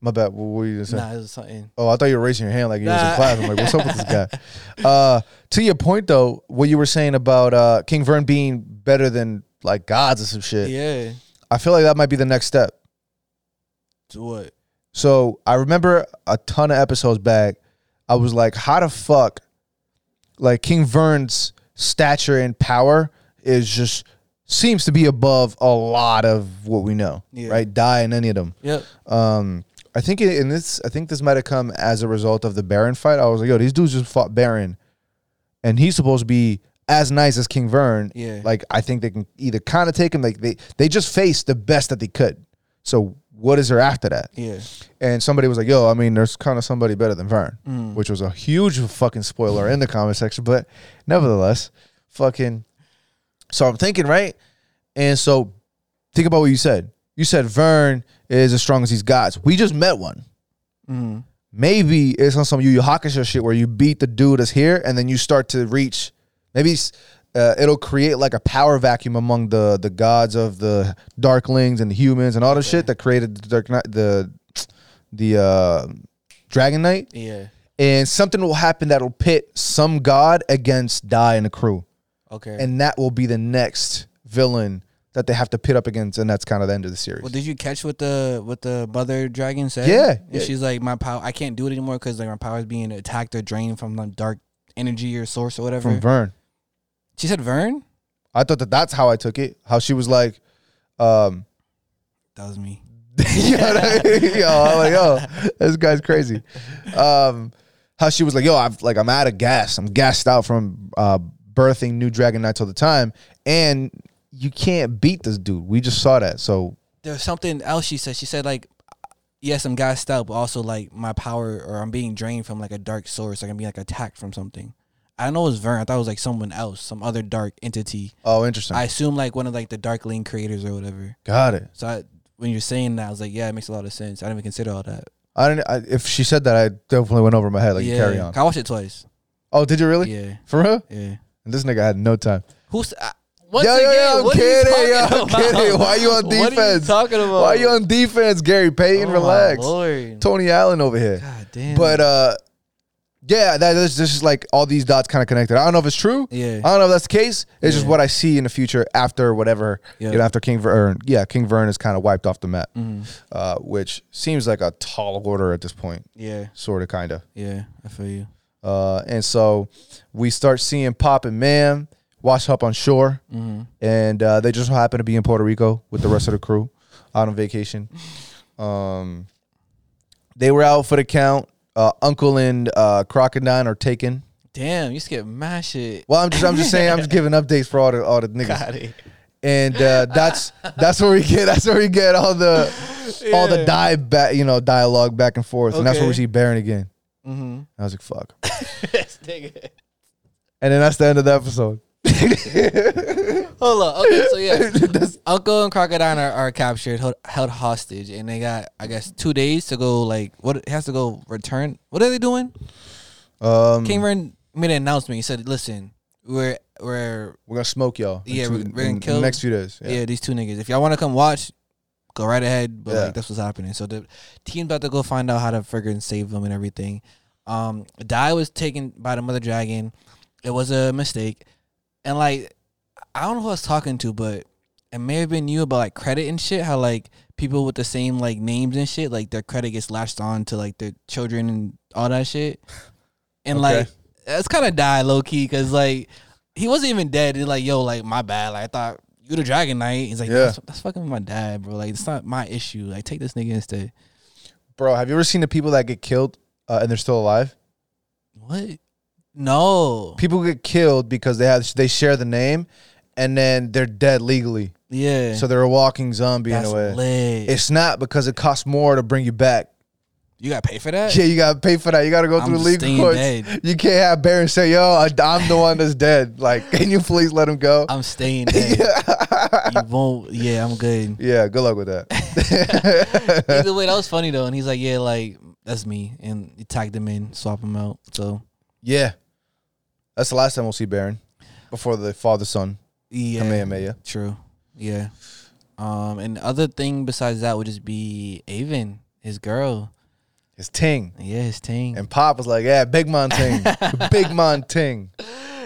my bad. What were you gonna say? nah, it was something. Oh, I thought you were raising your hand like you was in Nah. class. I'm like, what's up with this guy? Uh, to your point though, what you were saying about uh, King Vern being better than like gods or some shit, Yeah. I feel like that might be the next step. So what? So I remember a ton of episodes back, I was like, how the fuck, like King Vern's stature and power is just seems to be above a lot of what we know, Yeah. right? Die in any of them. Yep. Um, I think in this, I think this might have come as a result of the Baron fight. I was like, yo, these dudes just fought Baron, and he's supposed to be as nice as King Vern. Yeah. Like, I think they can either kind of take him. Like they they just faced the best that they could. So what is there after that? Yeah. And somebody was like, yo, I mean, there's kind of somebody better than Vern, which was a huge fucking spoiler in the comment section, but nevertheless, fucking. So I'm thinking, right? And so think about what you said. You said Vern is as strong as these guys. We just met one. Mm-hmm. Mm. Maybe it's on some Yu Yu Hakusho shit where you beat the dude that's here and then you start to reach. Maybe it's, uh, it'll create like a power vacuum among the the gods of the Darklings and the humans and all the shit that created the Dark Knight, the the uh, Dragon Knight, Yeah. and something will happen that'll pit some god against Die and the crew, Okay. and that will be the next villain that they have to pit up against, and that's kind of the end of the series. Well, did you catch what the what the mother dragon said? Yeah, And yeah. she's like, my power, I can't do it anymore because like my power is being attacked or drained from like dark energy or source or whatever. From Vern, she said Vern. I thought that that's how I took it. How she was like, um, That was me. you know what I mean? yo, I'm like, yo, this guy's crazy. Um, how she was like, yo, I've like I'm out of gas. I'm gassed out from uh, birthing new Dragon Knights all the time, and you can't beat this dude. We just saw that. So There's something else she said. She said like, yes, I'm gassed out, but also like my power or I'm being drained from like a dark source. Like I'm being like attacked from something. I don't know it was Vern. I thought it was like someone else, some other dark entity. oh, interesting. I assume like one of like the Darkling creators or whatever. Got it. So I, when you're saying that, I was like, yeah, it makes a lot of sense. I didn't even consider all that. I didn't. I, if she said that, I definitely went over my head. Like yeah, carry on. I watched it twice. Oh, did you really? Yeah, For real? yeah. And this nigga had no time. Who's uh, once yo, again? yo, I'm what are you kidding. Yo, talking I'm kidding. about? Why you on defense? What are you talking about? Why are you on defense, Gary Payton? Oh, relax. My Lord. Tony Allen over here. God damn. But uh, yeah, that is this is like all these dots kind of connected. I don't know if it's true. yeah, I don't know if that's the case. It's just Yeah. what I see in the future after whatever, Yeah. you know, after King Vern. Yeah, King Vern is kind of wiped off the map, Mhm. uh, which seems like a tall order at this point, yeah, sort of, kind of. yeah. I feel you. Uh, and so we start seeing Pop and Mam wash up on shore, Mhm. and uh, they just happen to be in Puerto Rico with the rest of the crew out on vacation. Um, they were out for the count. Uh, Uncle and uh, Crocodile are taken. Damn, you skip my shit. Well, I'm just I'm just saying I'm just giving updates for all the all the niggas, Got it. and uh, that's that's where we get that's where we get all the all the Yeah. dive back you know dialogue back and forth, and that's where we Okay. see Baron again. Mm-hmm. I was like, fuck. this nigga. And then that's the end of the episode. Hold on. Okay, so yeah, Uncle and Crocodile are, are captured, held, held hostage, and they got I guess two days to go. Like, what it has to go return? What are they doing? Um, King Vern made an announcement. He said, "Listen, we're we're we're gonna smoke y'all. in Yeah, two- we're- we're gonna in the kill- next few days. yeah, these two niggas. If y'all want to come watch, go right ahead. But Yeah. like that's what's happening. So the team about to go find out how to freaking save them and everything. Um, Dai was taken by the mother dragon. It was a mistake, and like I don't know who I was talking to, but it may have been you about like credit and shit. How like people with the same like names and shit, like their credit gets latched on to like their children and all that shit. And Okay. like that's kind of die low key because like he wasn't even dead. He's like, yo, like my bad. Like I thought you the Dragon Knight. He's like, Yeah. that's, that's fucking my dad, bro. Like it's not my issue. Like take this nigga instead. Bro, have you ever seen the people that get killed uh, and they're still alive? What? No. People get killed because they have they share the name, and then they're dead legally. Yeah. So they're a walking zombie that's in a way. lit. It's not because it costs more to bring you back. You gotta pay for that. Yeah, you gotta pay for that. You gotta go I'm through just legal staying courts. dead. You can't have Baron say, "Yo, I- I'm the one that's dead." Like, can you please let him go? I'm staying there. you won't. Yeah, I'm good. yeah, good luck with that. Either way, that was funny though. And he's like, yeah, like that's me, and he tagged him in, swap him out. So yeah, that's the last time we'll see Baron before the father son yeah, Kamehameha. True. Yeah. Um, and other thing besides that would just be Avon, his girl. His ting Yeah, his team. and Pop was like, "Yeah, Big Man ting, Big Man ting."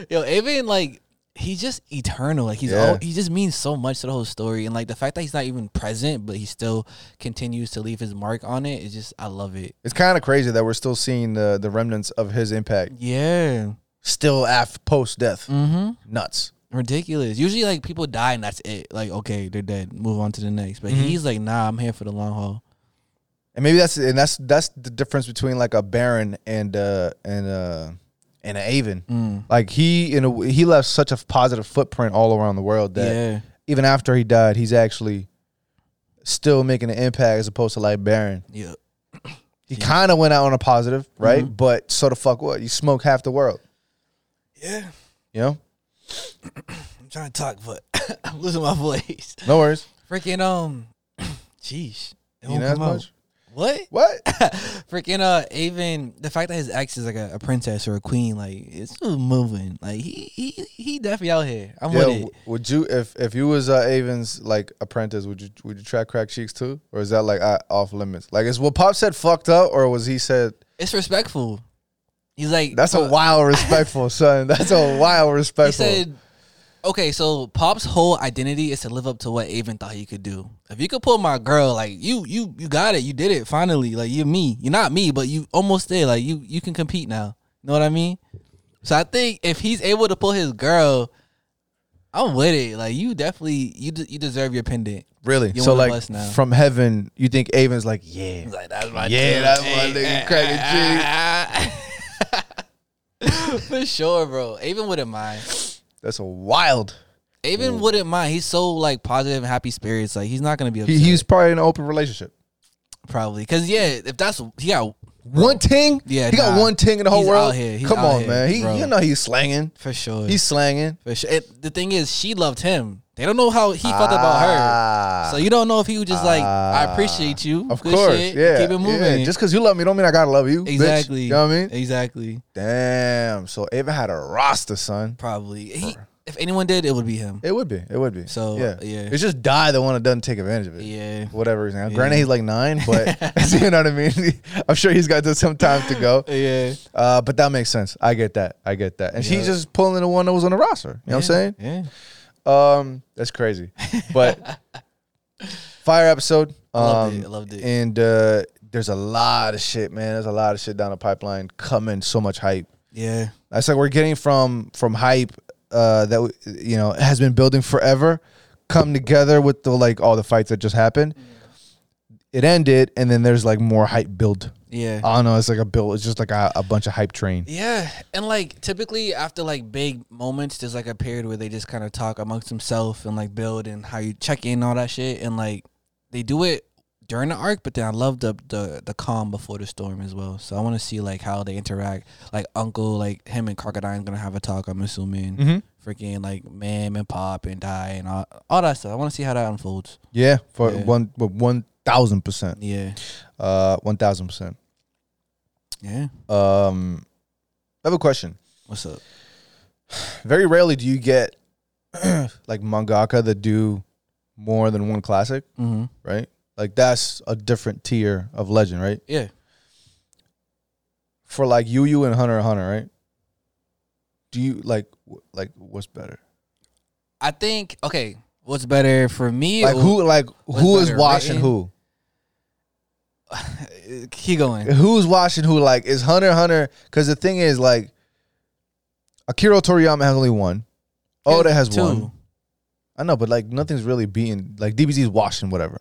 Yo, Avon, like he's just eternal. Like he's Yeah. all, he just means so much to the whole story, and like the fact that he's not even present, but he still continues to leave his mark on it. It's just I love it. It's kind of crazy that we're still seeing the the remnants of his impact Yeah. still after post death. Mm-hmm. Nuts. Ridiculous. Usually, like people die and that's it. Like okay, they're dead. Move on to the next. But he's like, nah, I'm here for the long haul. And maybe that's and that's that's the difference between like a Baron and uh and uh and an Avon. Mm. Like he in a, he left such a positive footprint all around the world that Yeah. even after he died, he's actually still making an impact as opposed to like Baron. Yeah. He kind of went out on a positive, right? Mm-hmm. But so the fuck what? You smoke half the world, Yeah. you know? I'm trying to talk, but I'm losing my voice. No worries. Freaking um, jeez, it You won't know as come out. much? What? What? Freaking uh, even the fact that his ex is like a, a princess or a queen, like it's still moving. Like he he he definitely out here. I'm Yo, with it. w- would you if if you was uh, Avon's like apprentice, would you would you try crack cheeks too, or is that like uh, off limits? Like, is what Pop said fucked up, or was he said It's respectful. He's like that's a uh, wild respectful son? That's a wild He respectful. said, okay, so Pop's whole identity is to live up to what Avon thought he could do. If you could pull my girl, like you, you, you got it. You did it finally. Like you're me. You're not me, but you almost there. Like you, you can compete now. Know what I mean? So I think if he's able to pull his girl, I'm with it. Like you definitely, you, de- you deserve your pendant. really? You're So one of like us now. from heaven, you think Avon's like, yeah, He's like that's Yeah, my dude. Eh, that's my nigga, cracking cheese. For sure, bro. Avon wouldn't mind. that's a wild. Avon wouldn't mind. He's so like positive and happy spirits. Like he's not gonna be upset. He, he was probably in an open relationship. probably because yeah, if that's he got One ting, Yeah, he got nah. one ting in the whole He's world. out here. He's Come out on, here, man. He, bro. you know he's slanging. for sure. He's slanging. for sure. It, the thing is, she loved him. They don't know how he felt about her. Ah. So you don't know if he was just like, I appreciate you. Of Good course, shit. yeah. Keep it moving. Yeah. Just because you love me don't mean I gotta love you. bitch. exactly. You know what I mean? Exactly. Damn. So if I had a roster, son, Probably. He, if anyone did, it would be him. it would be. It would be. So, yeah, yeah. It's just die the one that doesn't take advantage of it. Yeah. For Whatever reason. Granted, he's like nine, but you know what I mean. I'm sure he's got some time to go. Yeah. Uh, but that makes sense. I get that. I get that. And she's Yeah. just pulling the one that was on the roster. You know what I'm saying? Yeah. Um, that's crazy. But fire episode. Um, Loved it, loved it. And uh, there's a lot of shit, man. There's a lot of shit down the pipeline coming. So much hype. Yeah. It's like we're getting from from hype uh, that we- you know has been building forever, come together with the like all the fights that just happened. It ended, and then there's like more hype build. Yeah. I don't know. It's like a build. It's just like a, a bunch of hype train. Yeah, and like typically after like big moments, there's like a period where they just kind of talk amongst themselves and like build and how you check in all that shit, and like they do it during the arc. But then I love the the the calm before the storm as well. So I want to see like how they interact. Like Uncle, like him and Crocodile's gonna have a talk. I'm assuming. Mhm. Freaking like Mam and Pop and Die and all, all that stuff. I want to see how that unfolds. Yeah, for Yeah. one one thousand percent. Yeah, Uh, one thousand percent. yeah. Um, I have a question. What's up? Very rarely do you get like mangaka that do more than one classic, Mm-hmm. right? Like that's a different tier of legend, right? Yeah. For like Yu Yu and Hunter x Hunter, right? Do you like wh- like what's better? I think okay. What's better for me? Like or- who like who is better, watching who? written? Keep going. Who's watching who? Like is Hunter x Hunter? Because the thing is like Akira Toriyama has only one. Oda Oh, has Two. one. I know, but like nothing's really being like DBZ's washing whatever.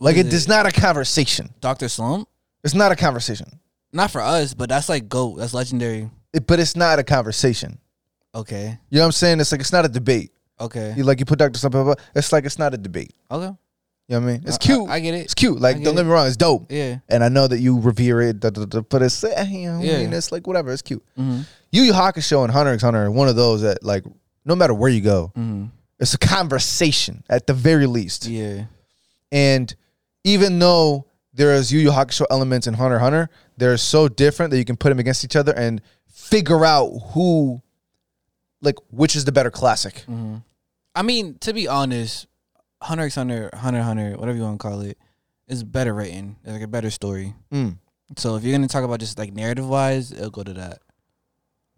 Like is it, it? it's not a conversation. Doctor Slump. It's not a conversation. Not for us, but that's like goat. That's legendary. It, but it's not a conversation. Okay. You know what I'm saying? It's like it's not a debate. Okay. You like you put Dr. Something. It's like it's not a debate. Okay. You You know what I mean? It's I- cute. I get it. It's cute. Like, I don't get get me wrong, it's dope. Yeah. And I know that you revere it, da, da, da, but it's, eh, you know, Yeah. I mean, it's like whatever, it's cute. Mm-hmm. Yu Yu Hakusho and Hunter x Hunter are one of those that, like, no matter where you go, it's a conversation at the very least. Mm-hmm. Yeah. And even though there is Yu Yu Hakusho elements in Hunter x Hunter, they're so different that you can put them against each other and figure out who, like, which is the better classic. Mm-hmm. I mean, to be honest, Hunter x Hunter, Hunter x Hunter, whatever you want to call it, is better written. It's like a better story. Mm. So if you're gonna talk about just like narrative wise, it'll go to that.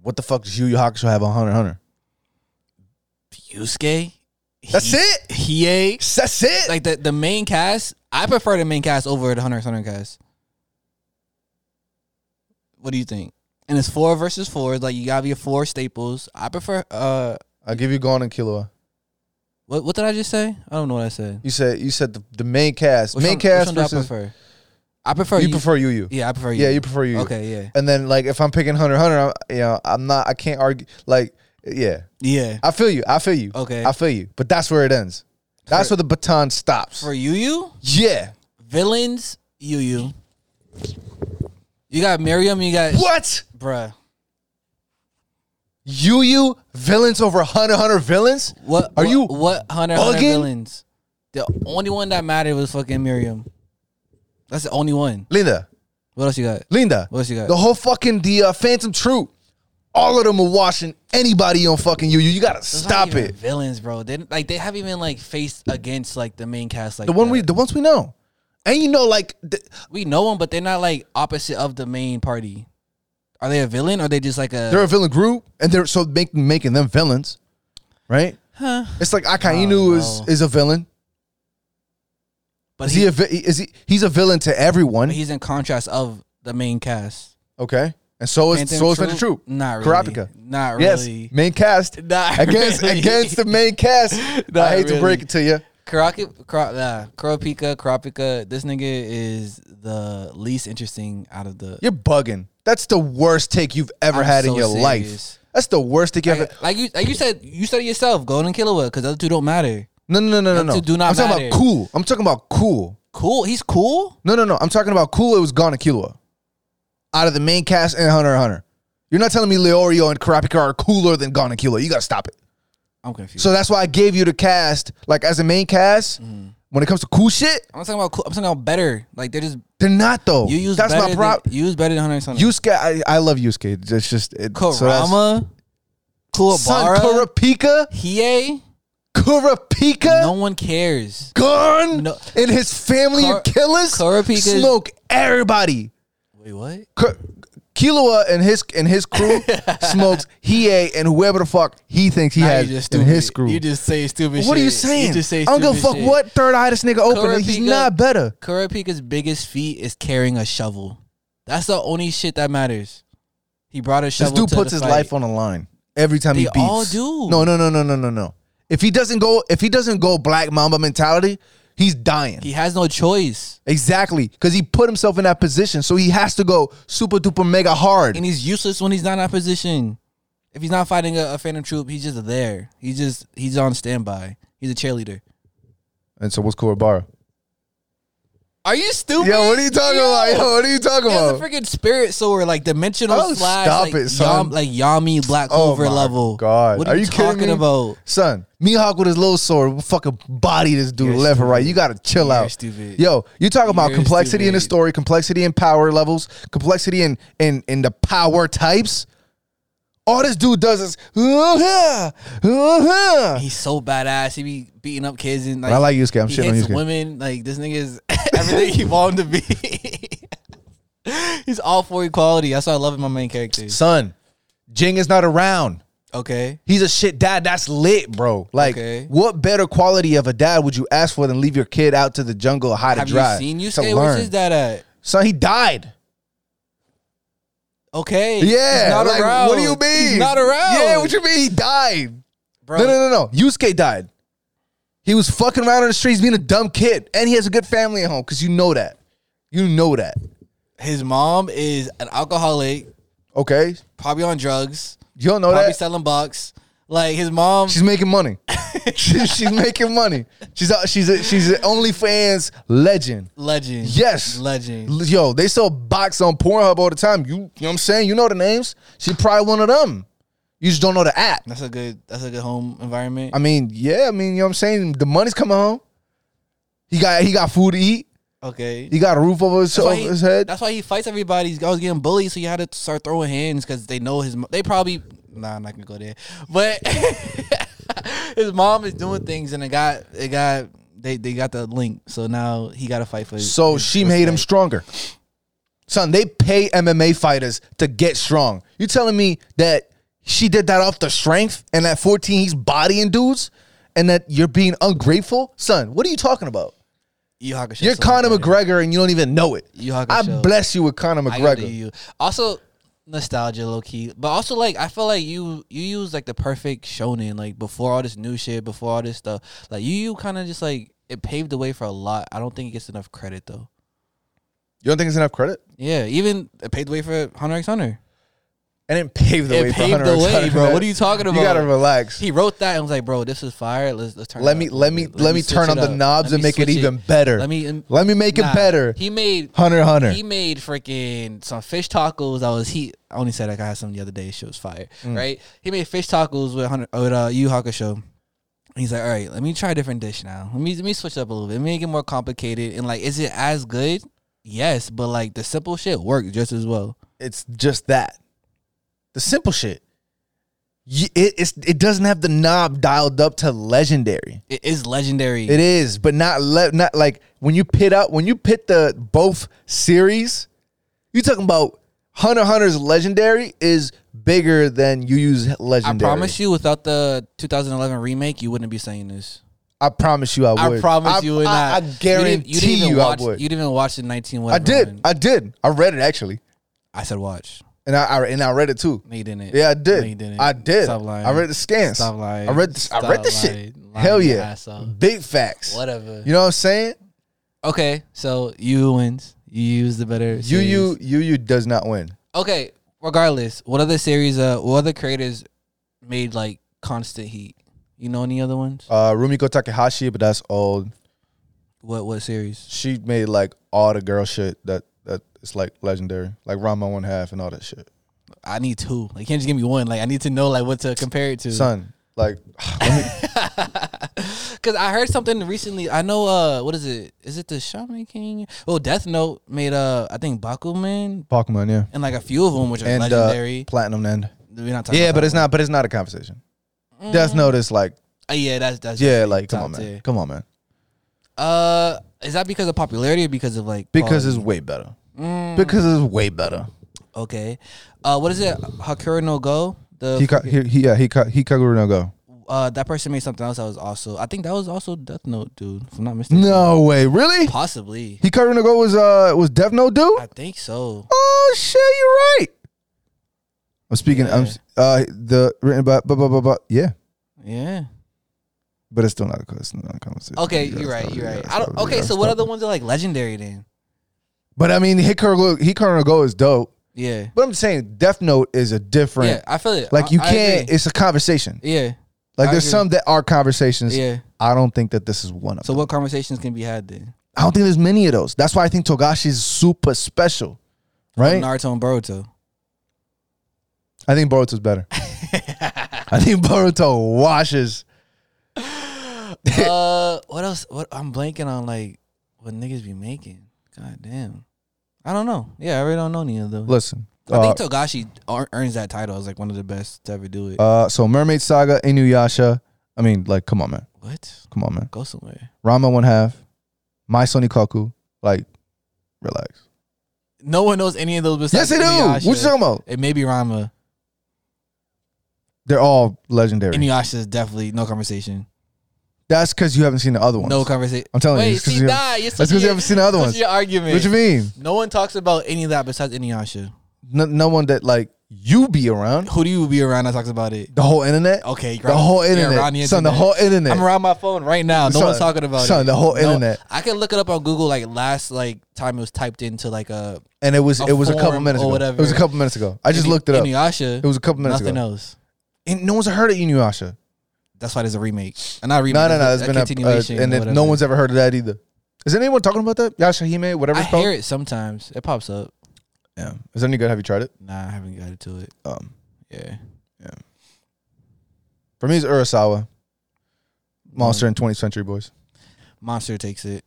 What the fuck does Yu Yu Hakusho have on Hunter x Hunter? Yusuke. That's it? Hiei. That's it. Like the the main cast. I prefer the main cast over the Hunter x Hunter cast. What do you think? And it's four versus four. Like you gotta be a four staples. I prefer. Uh, I'll give you Gon and Killua. what what did I just say? I don't know what I said. You said you said the, the main cast, Which main one- cast which one do I versus prefer? I prefer you Yu- prefer Yu Yu. Yeah, I prefer. Yeah, Yu. you prefer Yu Yu. Okay, yeah, And then like if I'm picking Hunter x Hunter, I'm, you know I'm not I can't argue. Like yeah, yeah. I feel you. I feel you. Okay. I feel you. But that's where it ends. That's where the baton stops. For Yu Yu yeah. villains, Yu Yu. You got Miriam. You got What? bruh. Yu Yu villains over Hunter x Hunter villains? What Are what- you What Hunter x Hunter bugging? villains? The only one that mattered was fucking Miriam. That's the only one. Linda, What else you got? Linda. What else you got? The whole fucking the uh, Phantom Troop. All of them are watching anybody on fucking Yu Yu. You gotta Those stop aren't even it. Villains, bro. They like they haven't even like faced against like the main cast. Like The one that. we, the ones we know, and you know, like the, we know them, but they're not like opposite of the main party. Are they a villain or are they just like a? they're a villain group, and they're so making making them villains, right? Huh. It's like Akainu Oh, is no. is a villain. but Is he, he a vi- is he? He's a villain to everyone. he's in contrast of the main cast. Okay, and so is Phantom so is Phantom Troop. Not really. Karapika. Not Yes, really. main cast Not against really. against the main cast. Not I hate to break really. it to you. Karaki, Kara, nah, Karapika, Karapika. This nigga is the least interesting out of the. You're bugging. That's the worst take you've ever I'm had in so your serious. life. That's the worst take you ever. Like, Eh, like you, like you said, you said it yourself, Golden Killua, because the other two don't matter. No, no, no, no, no, Them no. two do not I'm talking matter. about cool. I'm talking about cool. Cool, he's cool. No, no, no. I'm talking about cool. It was Gon and Killua, out of the main cast and Hunter x Hunter. You're not telling me Leorio and Karapika are cooler than Gon and Killua. You gotta stop it. I'm confused. So that's why I gave you the cast, like as a main cast. Mm. When it comes to cool shit, I'm not talking about. Cool, I'm talking about better. Like they're just they're not though. you use. that's better my problem. Than, you use better than Hunter x Hunter. Yusuke, I, I love Yusuke. It's just it, so that's- Kurama, son, Kuwabara, Kurapika, Hiei. Kurapika. No one cares. Gun No. and his family Kar- of killers Kurapika- smoke everybody. Wait, what? K- Killua and his and his crew smokes Hiei and whoever the fuck he thinks he Nah, has you just in stupid. his crew. You just say stupid shit. what are you saying? You just say I don't give a stupid fuck shit. what third eye this nigga opened. He's Kurapika- not better. Kurapika's biggest feat is carrying a shovel. That's the only shit that matters. He brought a This shovel. dude to puts the his fight. life on the line every time he They beats. all do. No, no, no, no, no, no, no. If he doesn't go, if he doesn't go Black Mamba mentality, he's dying. He has no choice, exactly, because he put himself in that position, so he has to go super duper mega hard. and he's useless when he's not in that position. If he's not fighting a, a phantom troop, he's just there. He's just he's on standby. He's a cheerleader. And so, what's Kurabara? Are you stupid? Yo, what are you talking about? Yo, what are you talking He has about? a freaking spirit sword, like dimensional Oh, slash, stop like, it, son. Yam- like Yami Black Oh Clover my level. God. what Are are, you kidding talking me? about? Son, Mihawk with his little sword will fucking body this dude You're left and stupid. right. You gotta chill You're out. stupid. Yo, you talking about You're complexity in the stupid. story, complexity in power levels, complexity in in in the power types. All this dude does is uh-huh, uh-huh. He's so badass. He be beating up kids and like. I like Yusuke. I'm he shitting on hits Yusuke. women like this nigga is everything he want him to be. He's all for equality. That's why I love in my main characters. Son, Jing is not around. Okay, He's a shit dad. That's lit, bro. Like, Okay. what better quality of a dad would you ask for than leave your kid out to the jungle high have to dry? you seen you to stay? learn. Where's his dad at? Son, he died. Okay, Yeah. He's not like, around. What do you mean? He's not around. Yeah, what you mean? He died. Bro, No, no, no, no. Yusuke died. He was fucking around on the streets being a dumb kid. And he has a good family at home because you know that. You know that. His mom is an alcoholic, Okay? probably on drugs, You don't know probably Oh, that. selling bucks. Like his mom, She's making money. she, she's making money. She's a, she's a, she's an OnlyFans legend. Legend. Yes. Legend. L- Yo, they sell box on Pornhub all the time. You, you know what I'm saying? You know the names. She's probably one of them. You just don't know the app. That's a good. That's a good home environment. I mean, yeah, I mean, you know what I'm saying? The money's coming home. He got he got food to eat. Okay. He got a roof over his, That's why over he- his head. That's why he fights everybody. He's always getting bullied, so you had to start throwing hands because they know his. mo- They probably nah, I'm not gonna go there. But his mom is doing things, and it got it got they they got the link. So now he got to fight for. So his she made him respect. stronger. Son, they pay MMA fighters to get strong. You telling me that she did that off the strength and at 14 he's bodying dudes and that you're being ungrateful? Son, what are you talking about? Yu Hakusho. You're so Conor better. McGregor and you don't even know it. Yu I Hakusho. bless you with Conor I gotta McGregor. you. Also, nostalgia, low key, but also like I feel like you you use like the perfect shonen, like before all this new shit, before all this stuff. Like you you kind of just like it paved the way for a lot. I don't think it gets enough credit though. You don't think it's enough credit? Yeah, even it paved the way for Hunter X Hunter. And it paved the It way for paved Hunter the X way, Hunter, bro. man. What are you talking You about? gotta relax. He wrote that and was like, "Bro, this is fire. Let's let's turn." Let it me- up. let me- let me switch turn it on the up. knobs and make it switch even better. Let me um, Let me make nah. it better. He made Hunter x Hunter. He made freaking some fish tacos. I was he. I only said like I had some the other day. Shit was fire, Mm. right? He made fish tacos with hundred with uh, Yu Hakusho. He's like, all right, let me try a different dish now. Let me let me switch up a little bit. Let me make it more complicated. And like, is it as good? Yes, but like the simple shit worked just as well. it's just that. The simple shit. Y- It, it's, it doesn't have the knob dialed up to legendary. It is legendary. It is, but not le- not like when you pit up when you pit the both series. You talking about Hunter x Hunter's legendary is bigger than you use I legendary. promise you, without the 2011 remake, you wouldn't be saying this. I promise you, I would. I promise you, would I, not. I, guarantee you, You didn't, you didn't even watch. I would. You didn't even watch the 19. I whatever did. one. I did. I read it actually, I said watch. and I, I and I read it too. No, you didn't. Yeah, I No, you did. didn't. I did. Stop lying. I read the scans. Stop lying. I read. The, I read the Stop shit. lying. Lying Hell your yeah. ass off. Big facts. Whatever. You know what I'm saying? okay, so you wins. You use the better. You series. you you you does not win. Okay. Regardless, what other series? Uh, what other creators made like constant heat? You know any other ones? Uh, Rumiko Takahashi, but that's old. What what series? She made like all the girl shit that that is like legendary, like Rama One Half and all that shit. I need two. Like, you can't just give me one. Like, I need to know like what to compare it to. Son, like Cause I heard something recently. I know uh what is it? Is it the Shaman King? Oh, Death Note made uh I think Bakuman Pokemon, yeah, and like a few of them which are and uh, legendary. Platinum End. We're not talking Yeah, about but that it's not. But it's not a conversation. Death Note is like, one. Uh, yeah, that's that's yeah, like come top on, man, tier. come on, man, Uh, is that because of popularity or because of like because quality? it's way better. Mm, Because it's way better. okay. Uh, what is it? Hakura no Go. The He, he, he yeah he Hikaguru no go. uh that person made something else that was also I think that was also Death Note, dude. If I'm not mistaken. No way, really? Possibly. Hikaru no go was uh was Death Note dude. I think so. Oh shit, you're right. I'm speaking. I'm Yeah. uh the written by blah blah blah blah. Yeah, Yeah. but it's still not a, co- it's not a conversation. Okay, You gotta you're right. stop it, You're you right. gotta I stop don't. it, you Okay, gotta so what stop other it. ones are like legendary then? But I mean, Hikaru Hikaru no go is dope. Yeah. But I'm just saying, Death Note is a different. Yeah, I feel it. Like I- you I can't. agree. It's a conversation. yeah. Like I there's agree. some that are conversations. Yeah. I don't think that this is one of So them. what conversations can be had then? I don't think there's many of those. That's why I think Togashi is super special, right? Naruto and Boruto. I think Boruto's better. I think Boruto washes. uh, what else? What I'm blanking on like what niggas be making. God damn. I don't know. Yeah, I really don't know any of those. Listen, I uh, think Togashi ear- earns that title as like one of the best to ever do it. Uh, so Mermaid Saga, Inuyasha. I mean, like, come on, man. what? Come on, man. Go somewhere. Rama One Half, My Sony Kaku. Like, relax. No one knows any of those Yes, besides they do. Inuyasha. What you talking about? It may be Rama. They're all legendary. Inuyasha is definitely no conversation. That's because you haven't seen the other ones. No conversation. I'm telling you, Wait, it's 'cause see, you haven't- nah, you're that's 'cause you haven't seen the other ones. What's your argument? What you mean? No one talks about any of that besides Inuyasha. No, no one that like you be around. Who do you be around that talks about it? The whole internet. Okay, The whole you're internet. around the Son, the whole internet. I'm around my phone right now. No Son, one's talking about it. son, the whole No- internet. I can look it up on Google. Like last like time it was typed into like a. and it was a it was a couple forum minutes or ago. whatever. It was a couple minutes ago. I just looked it up. Inuyasha. It was a couple minutes nothing ago. else. And no one's heard of Inuyasha. That's why there's a remake. And not a remake. No, no, it's no. a- It's a been a, uh, continuation. and or it- no whatever. one's ever heard of that either. Is anyone talking about that? Yashahime, whatever I it's called. hear it sometimes. It pops up. Yeah. Is it any good? Have you tried it? Nah, I haven't got into it. Um, Yeah. for me, it's Urasawa, Monster and 20th Century Boys. Monster takes it.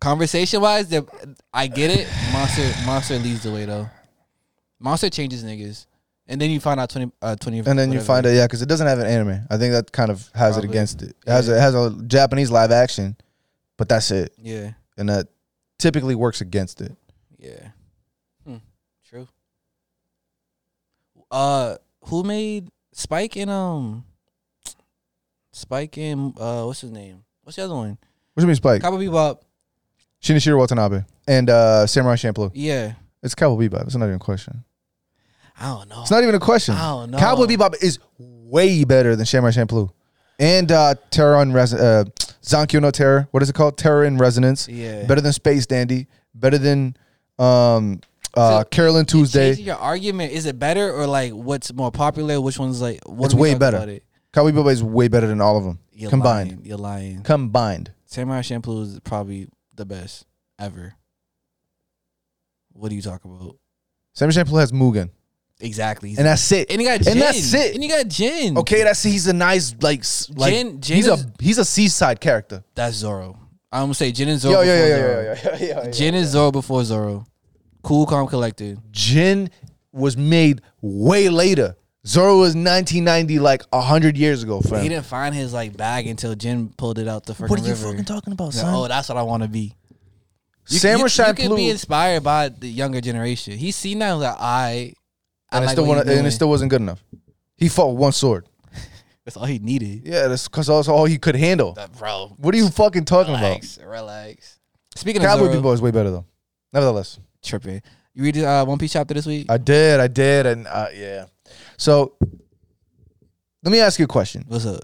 Conversation wise, I get it. Monster Monster leads the way though. Monster changes niggas. And then you find out 20 uh 20 And then you whatever. find out, yeah, because it doesn't have an anime. I think that kind of has Probably. it against it. It has, Yeah. a, it has a Japanese live action, but that's it. Yeah. And that typically works against it. Yeah. Hmm. True. Uh who made Spike and um Spike and uh what's his name? What's the other one? What do you mean, Spike? Cowboy Bebop. Shinichiro Watanabe and uh, Samurai Champloo. Yeah. It's Cowboy Bebop. It's not even a question. I don't know. It's not even a question. I don't know. Cowboy Bebop is way better than Samurai Champloo. And uh, Terror on Res- uh, Zankyo no Terror. What is it called? Terror in Resonance. Yeah. Better than Space Dandy. Better than um, uh, So, Carolyn You're Tuesday. changing your argument is it better or like what's more popular? Which one's like what's It's way better. Cowboy Bebop is way better than all of them You're combined. lying. You're lying. Combined. Samurai Champloo is probably the best ever. What do you talk about? Samurai Champloo has Mugen, Exactly. and that's it. And you got Jin. And that's it. And you got Jin. okay, that's he's a nice like s- like Jin- Jin he's is- a he's a seaside character. That's Zoro. I'm gonna say Jin and Yo, Zoro. yo, yo, before yo, yo, Zoro. yo, yo, yo, yo. Jin is Zoro before Zoro. Cool, calm, collected. Jin was made way later. Zoro was 1990, like 100 years ago, fam. He didn't find his like bag until Jin pulled it out the freaking What are you river. fucking talking about, Like, son? Oh, that's what I want to be. You, Samurai you, you can be Champloo- inspired by the younger generation. He's seen that like I, I and, like it still what wanna, you're and it doing. still wasn't good enough. He fought with one sword. that's all he needed. Yeah, that's because that's all he could handle. That, Uh, bro, What are you fucking talking relax, relax. Speaking about? Cowboy of Zoro, Bebop is way better though. Nevertheless, tripping. You read uh, One Piece chapter this week? I did, I did, and uh, yeah. So let me ask you a question. What's up?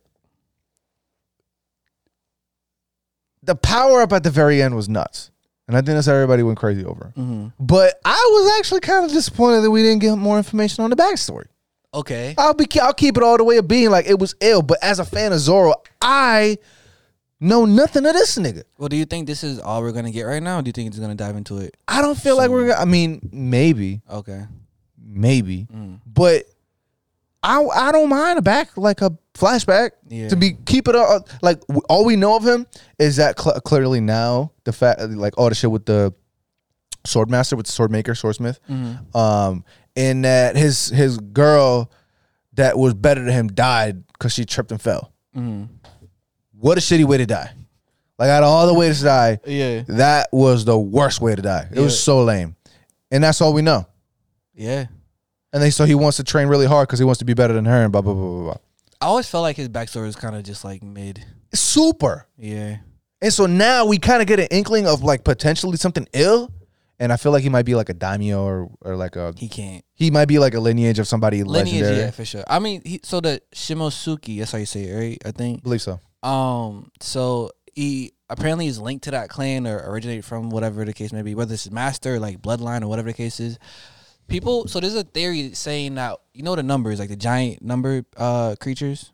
The power up at the very end was nuts, and I think that's how everybody went crazy over. hmm But I was actually kind of disappointed that we didn't get more information on the backstory. Okay, I'll be I'll keep it all the way of being like it was ill, but as a fan of Zoro, I know nothing of this nigga. well, do you think this is all we're gonna get right now? Or do you think it's gonna dive into it? I don't feel like we're. gonna I mean, maybe, Okay, maybe, Mm. but I I don't mind a back like a flashback Yeah. to be keep it all like w- all we know of him is that cl- clearly now the fact like all the shit with the swordmaster with the swordmaker swordsmith, Mm-hmm. um, and that his his girl that was better than him died because she tripped and fell. Mhm. What a shitty way to die! Like out of all the ways to die, yeah, that was the worst way to die. It was Yeah. so lame. And that's all we know. yeah. And they so he wants to train really hard because he wants to be better than her and blah blah blah blah blah. I always felt like his backstory was kind of just like mid. Super. Yeah, And so now we kind of get an inkling of like potentially something ill. And I feel like he might be like a daimyo or, or like a he can't. he might be like a lineage of somebody Lineage, legendary. yeah, for sure. I mean, he, so the Shimosuki, that's how you say it, right? I think. believe so. Um, so he apparently is linked to that clan or originated from whatever the case may be, whether it's master, like bloodline, or whatever the case is. People, so there's a theory saying that you know the numbers, like the giant number uh creatures.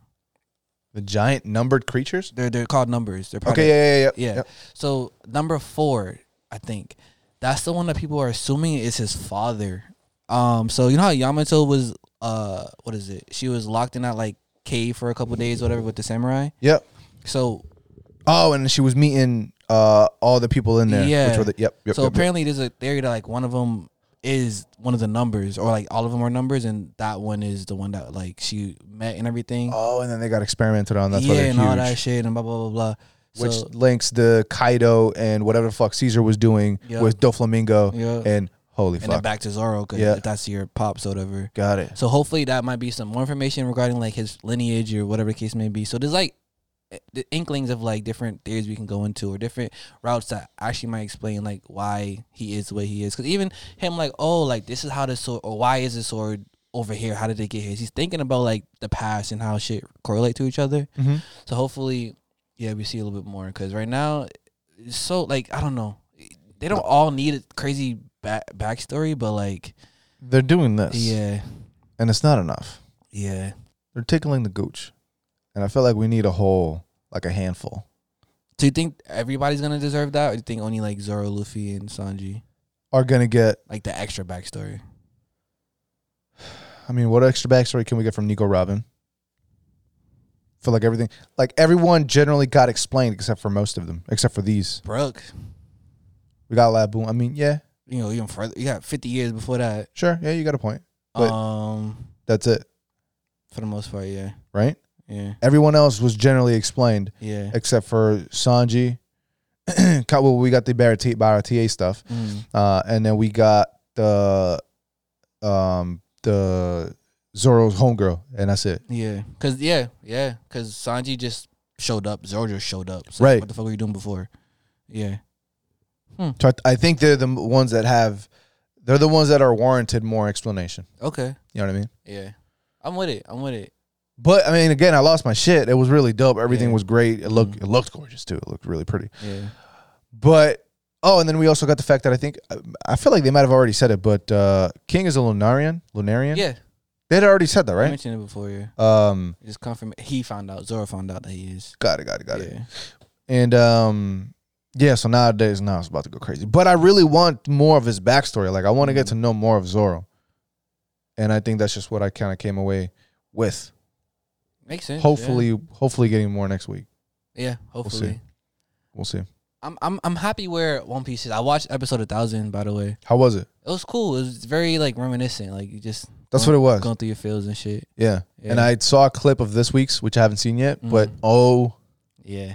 The giant numbered creatures. They're they're called numbers. They're part Okay, of- yeah, yeah, yeah. yeah. So number four, I think that's the one that people are assuming is his father. Um, so you know how Yamato was, uh, what is it? She was locked in that like cave for a couple days, whatever, with the samurai. Yep. So Oh, and she was meeting uh all the people in there. Yeah. Which were the, yep, yep. so yep, yep. apparently, there's a theory that like one of them is one of the numbers, or like all of them are numbers, and that one is the one that like she met and everything. Oh, and then they got experimented on. That's why yeah, they're and all huge. that shit, and blah blah blah blah. which so, links the Kaido and whatever the fuck Caesar was doing Yeah. with Doflamingo Yeah. and holy and then fuck. back to Zoro, cause Yeah. if that's your pops or whatever. Got it. So hopefully that might be some more information regarding like his lineage or whatever the case may be. So there's like eh, the inklings of like different theories we can go into or different routes that actually might explain like why he is the way he is. Because even him like oh like this is how the sword or why is the sword over here? How did they get here? He's thinking about like the past and how shit correlate to each other. Mhm. So hopefully yeah we see a little bit more because right now it's so like I don't know they don't all need a crazy back backstory but like They're doing this. yeah And it's not enough. Yeah. They're tickling the gooch, and I feel like we need a whole like a handful. Do you think everybody's gonna deserve that, or do you think only like Zoro, Luffy, and Sanji, Are gonna get. like the extra backstory? I mean, what extra backstory can we get from Nico Robin? Feel like everything, like everyone generally got explained except for most of them, except for these. Brooke, We got Laboon. I mean, yeah, you know, even further, you got fifty years before that. sure, yeah, you got a point. But- um, That's it, for the most part, yeah, right? yeah, Everyone else was generally explained. yeah. except for Sanji. Ka- well, we got the Barata Baratie stuff, Mm. uh, and then we got the um, the Zoro's homegirl, and that's it. Yeah, cause yeah, yeah, cause Sanji just showed up. Zoro just showed up. So Right. What the fuck were you doing before? Yeah. Hmm, So I, I think they're the m- ones that have, they're the ones that are warranted more explanation. Okay. You know what I mean? Yeah. I'm with it. I'm with it. But I mean, again, I lost my shit. It was really dope. Everything Yeah. Mm-hmm. was great. It looked it looked gorgeous too. It looked really pretty. Yeah. But oh, and then we also got the fact that I think I- I feel like they might have already said it, but uh, King is a Lunarian. Lunarian. Yeah. They had already said that, I right? mentioned it before. Yeah. Um, Just confirm. He found out. Zoro found out that he is. Got it, got it, got it. yeah. And um yeah, so nowadays now it's about to go crazy. But I really want more of his backstory. Like I want to get Mhm. to know more of Zoro. And I think that's just what I kind of came away with. Makes sense. yeah. Hopefully, hopefully getting more next week. Yeah. hopefully. see. We'll see. I'm I'm I'm happy where One Piece is. I watched episode a thousand. By the way, How was it? it was cool. It was very like reminiscent. Like you just That's what it was. going through your feels and shit. Yeah. Yeah. And I saw a clip of this week's, which I haven't seen yet, but Mhm. oh Yeah.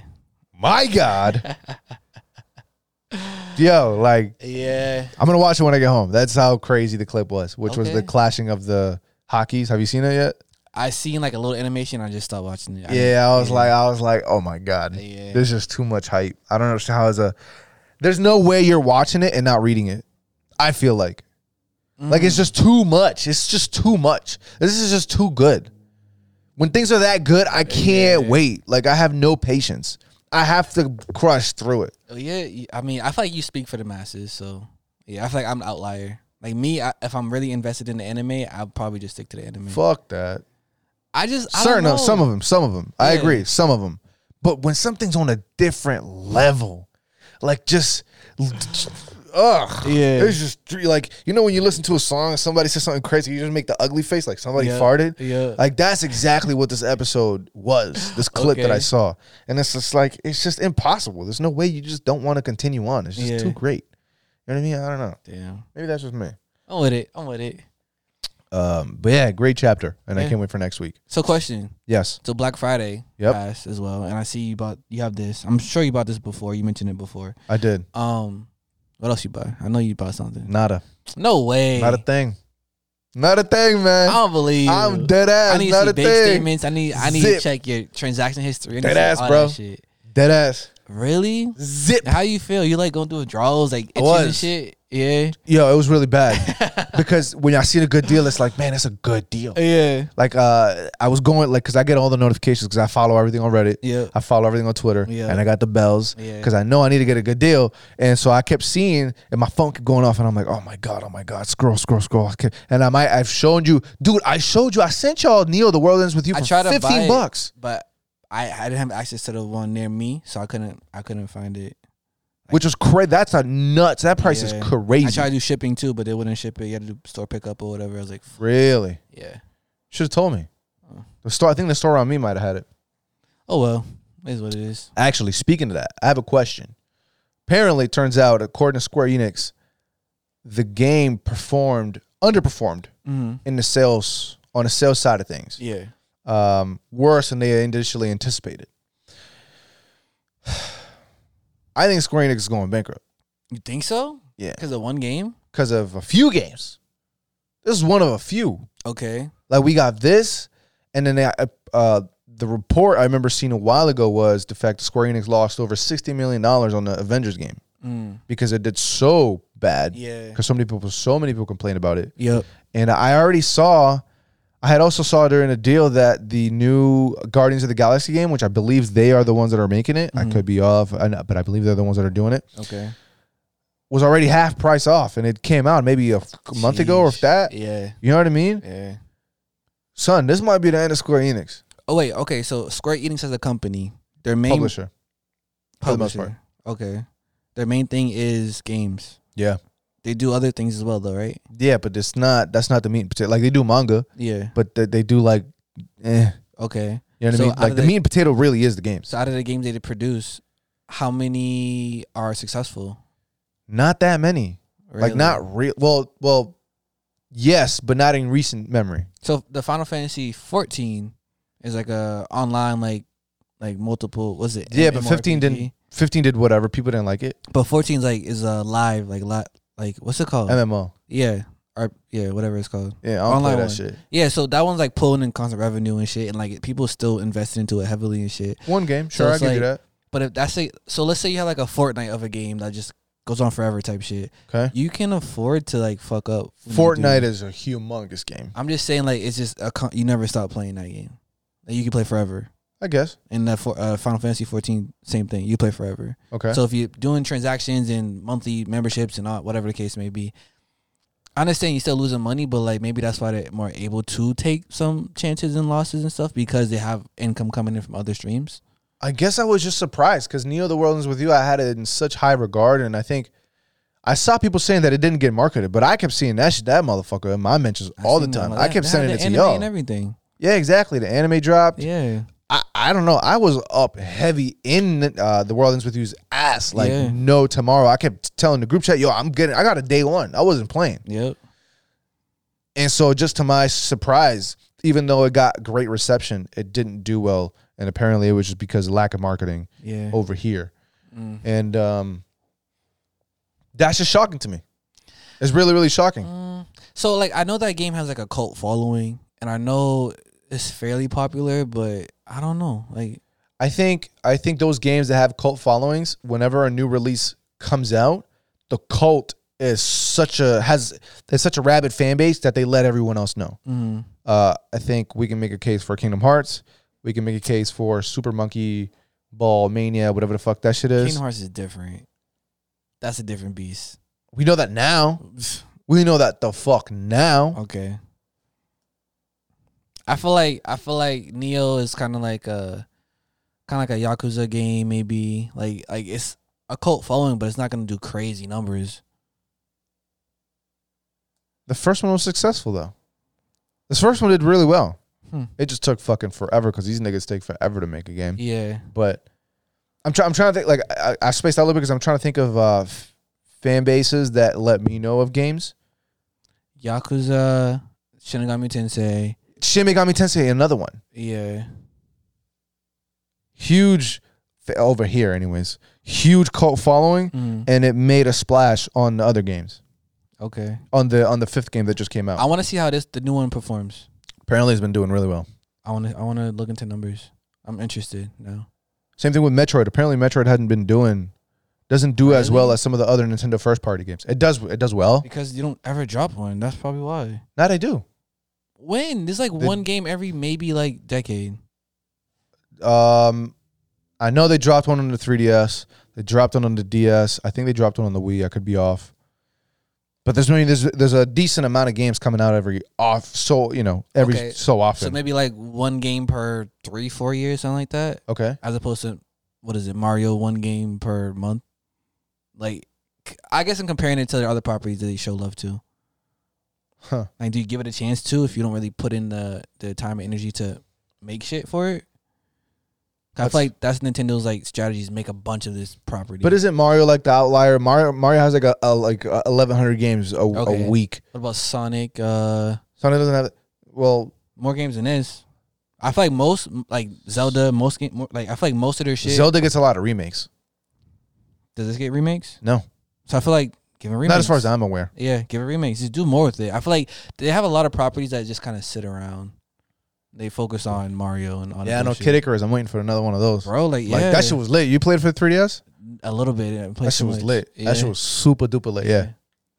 my god. Yo, like Yeah. I'm gonna watch it when I get home. That's how crazy the clip was, which was the Okay. clashing of the hockeys. Have you seen it yet? I seen like a little animation. I just stopped watching it. Yeah, I was yeah. like, I was like, oh my god, Yeah. there's just too much hype. I don't understand how it's a. There's no way you're watching it and not reading it. I feel like, like it's just too much. It's just too much. This is just too good. When things are that good, I can't wait. Like I have no patience. I have to crush through it. Oh, yeah. y- I mean, I feel like you speak for the masses. So yeah, I feel like I'm an outlier. Like me, I, if I'm really invested in the anime, I'll probably just stick to the anime. Fuck that. I just I Certain don't of some know. of them, some of them. I Yeah. agree, some of them. But when something's on a different level, like just, ugh, Yeah. it's just dr- like you know when you listen to a song, and somebody says something crazy, you just make the ugly face, like somebody Yeah. farted. Yeah. Like that's exactly what this episode was. This clip that I Okay. saw, and it's just like it's just impossible. There's no way you just don't want to continue on. It's just Yeah. too great. You know what I mean? I don't know. Damn. Maybe that's just me. I'm with it. I'm with it. Um, but yeah, great chapter, and I Yeah. can't wait for next week. So question. Yes. So Black Friday Yep. passed as well, and I see you bought you have this. I'm sure you bought this before. You mentioned it before. I did. Um, what else you buy? I know you bought something. Nada. No way. Not a thing. Not a thing, I man. don't believe. I'm you. dead ass. I need to Not see a bank thing. statements. I need. I need Zip. to check your transaction history. I need to Dead see ass, all bro. That shit. Dead ass. Really? Zip. How you feel? You like going through withdrawals, like itching and was. shit. Yeah. Yo, it was really bad because when I see a good deal, it's like, man, that's a good deal. Yeah. Like, uh, I was going like, cause I get all the notifications because I follow everything on Reddit. Yeah. I follow everything on Twitter, Yeah. and I got the bells Yeah. because I know I need to get a good deal. And so I kept seeing, and my phone kept going off, and I'm like, oh my god, oh my god, scroll, scroll, scroll. I kept- And I might, I've shown you, dude, I showed you, I sent y'all Neil, the world ends with you for I tried to buy 15 it. bucks. But I, I didn't have access to the one near me, so I couldn't I couldn't find it. Which was crazy. That's a nuts. That price Yeah. is crazy. I tried to do shipping too, but they wouldn't ship it. You had to do store pickup or whatever. I was like, f- Really? yeah. Should have told me. Uh. The store. I think the store around me might have had it. Oh well, it is what it is. Actually, speaking of that, I have a question. Apparently, it turns out, according to Square Enix, the game performed underperformed Mm-hmm. in the sales on the sales side of things, Yeah. um, worse than they initially anticipated. I think Square Enix is going bankrupt. You think so? Yeah, Because of one game? because of a few games. This is one of a few. Okay. Like we got this, and then they, uh, the report I remember seeing a while ago was the fact that Square Enix lost over sixty million dollars on the Avengers game Mm. because it did so bad. Yeah. Because so many people, so many people complained about it, Yep. and I already saw. I had also saw during a deal that the new Guardians of the Galaxy game, which I believe they are the ones that are making it. I Mhm. could be off, I know- but I believe they're the ones that are doing it. Okay. Was already half price off, and it came out maybe a month ago, or if Sheesh. that. Yeah. You know what I mean? Yeah. son, this might be the end of Square Enix Oh wait, okay. So Square Enix as a company, their main publisher. for the most publisher. Okay, their main thing is games. Yeah, They do other things as well, though, right? yeah, but it's not. That's not the meat and potato. Like they do manga, Yeah. but they, they do like, eh, Okay. you know what So I mean. out Like of the the- meat and potato really is the games. So out of the games they produce, how many are successful? Not that many. Like really? not real. Well, well, yes, but not in recent memory. So the Final Fantasy 14 is like a online like like multiple was it? Yeah, but 15 didn't- MMORPG? Fifteen did whatever. People didn't like it. But 14 is like is a live like li- like what's it called? MMO. yeah. Or yeah, whatever it's called. Yeah, I don't play Online that one. shit. Yeah, so that one's like pulling in constant revenue and shit and like people still invested into it heavily and shit. One game, So sure, I it's give you that. But if that's a so let's say you have like a fortnight of a game that just goes on forever type shit. Okay. You can afford to like fuck up. when you do Fortnite is a humongous game. I'm just saying, like, it's just a con- you never stop playing that game. Like, you can play forever. I guess. And that for, uh, Final Fantasy 14, same thing. You play forever. Okay. So if you're doing transactions and monthly memberships and all, whatever the case may be, I understand you're still losing money, but like maybe that's why they're more able to take some chances and losses and stuff because they have income coming in from other streams. I guess I was just surprised because Neo the World is with you. I had it in such high regard, and I think I saw people saying that it didn't get marketed, but I kept seeing that shit, that motherfucker in my mentions I all the seen them time. like I that. kept They have sending the it to anime y'all. and everything. yeah, exactly. The anime dropped. Yeah, I, I don't know. I was up heavy in uh, the world ends with you's ass like Yeah. no tomorrow. I kept telling the group chat, yo, I'm getting. I got a day one. I wasn't playing, yep. and so just to my surprise, even though it got great reception, it didn't do well, and apparently it was just because of lack of marketing Yeah. over here. Mm. And um, that's just shocking to me. It's really, really shocking. Mm, so like I know that game has like a cult following, and I know it's fairly popular, but I don't know. Like I think I think those games that have cult followings, whenever a new release comes out, the cult is such a has there's such a rabid fan base that they let everyone else know. mm, Uh, I think we can make a case for Kingdom Hearts. We can make a case for Super Monkey Ball Mania, whatever the fuck that shit is. Kingdom Hearts is different. That's a different beast. we know that now. We know that the fuck now. okay. I feel like I feel like Neo is kind of like a kind of like a Yakuza game, maybe. Like like it's a cult following, but it's not gonna do crazy numbers. The first one was successful though. This first one did really well. Hmm. It just took fucking forever because these niggas take forever to make a game. Yeah. But I'm trying. I'm trying to think. Like I, I spaced out a little bit because I'm trying to think of uh, f- fan bases that let me know of games. Yakuza, Shinigami Tensei. Shin Megami Tensei, another one, Yeah. huge f- over here, anyways. Huge cult following, Mm, and it made a splash on the other games. okay. On the on the fifth game that just came out, I want to see how this the new one performs. apparently it's been doing really well. I want to I want to look into numbers. I'm interested now. Same thing with Metroid. Apparently, Metroid hadn't been doing, doesn't do as Really? well as some of the other Nintendo first party games. It does, it does well. Because you don't ever drop one. That's probably why. Not I do. When? There's like one game every maybe like decade. Um, I know they dropped one on the 3DS. They dropped one on the DS. I think they dropped one on the Wii. I could be off. But there's no, there's there's a decent amount of games coming out every off so you know every Okay. so often. So maybe like one game per three, four years, something like that. okay, As opposed to what is it, Mario one game per month? Like c- I guess I'm comparing it to the other properties that they show love to. Huh. Like do you give it a chance to if you don't really put in the the time and energy to make shit for it? 'Cause I That's- feel like that's Nintendo's like strategies make a bunch of this property. but isn't Mario like the outlier? Mario Mario has like a, a like uh, 1,100 games a, Okay. a week. What about Sonic? Uh, Sony doesn't have. Well, more games than this. I feel like most like Zelda, most game, more, like I feel like most of their shit Zelda gets a lot of remakes. does this get remakes. No, So I feel like give it remakes. not as far as I'm aware. yeah, give it remakes. Just do more with it. I feel like they have a lot of properties that just kind of sit around. They focus on Mario and all that. Yeah, I know bullshit. Kid Icarus. I'm waiting for another one of those. bro. Like, Like yeah, that shit was lit. You played for the 3DS? a little bit. Yeah, That shit was lit. That shit was super duper lit. Yeah.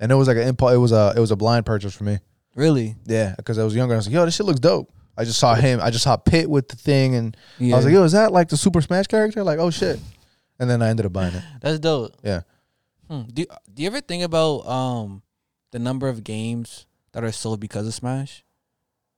and it was like an impulse. It was a it was a blind purchase for me. really. Yeah, because I was younger. I was like, yo, this shit looks dope. I just saw him. I just saw Pitt with the thing, and Yeah. I was like, yo, is that like the Super Smash character? Like, oh shit. And then I ended up buying it. That's dope. Yeah. Hmm. Do Do you ever think about um the number of games that are sold because of Smash?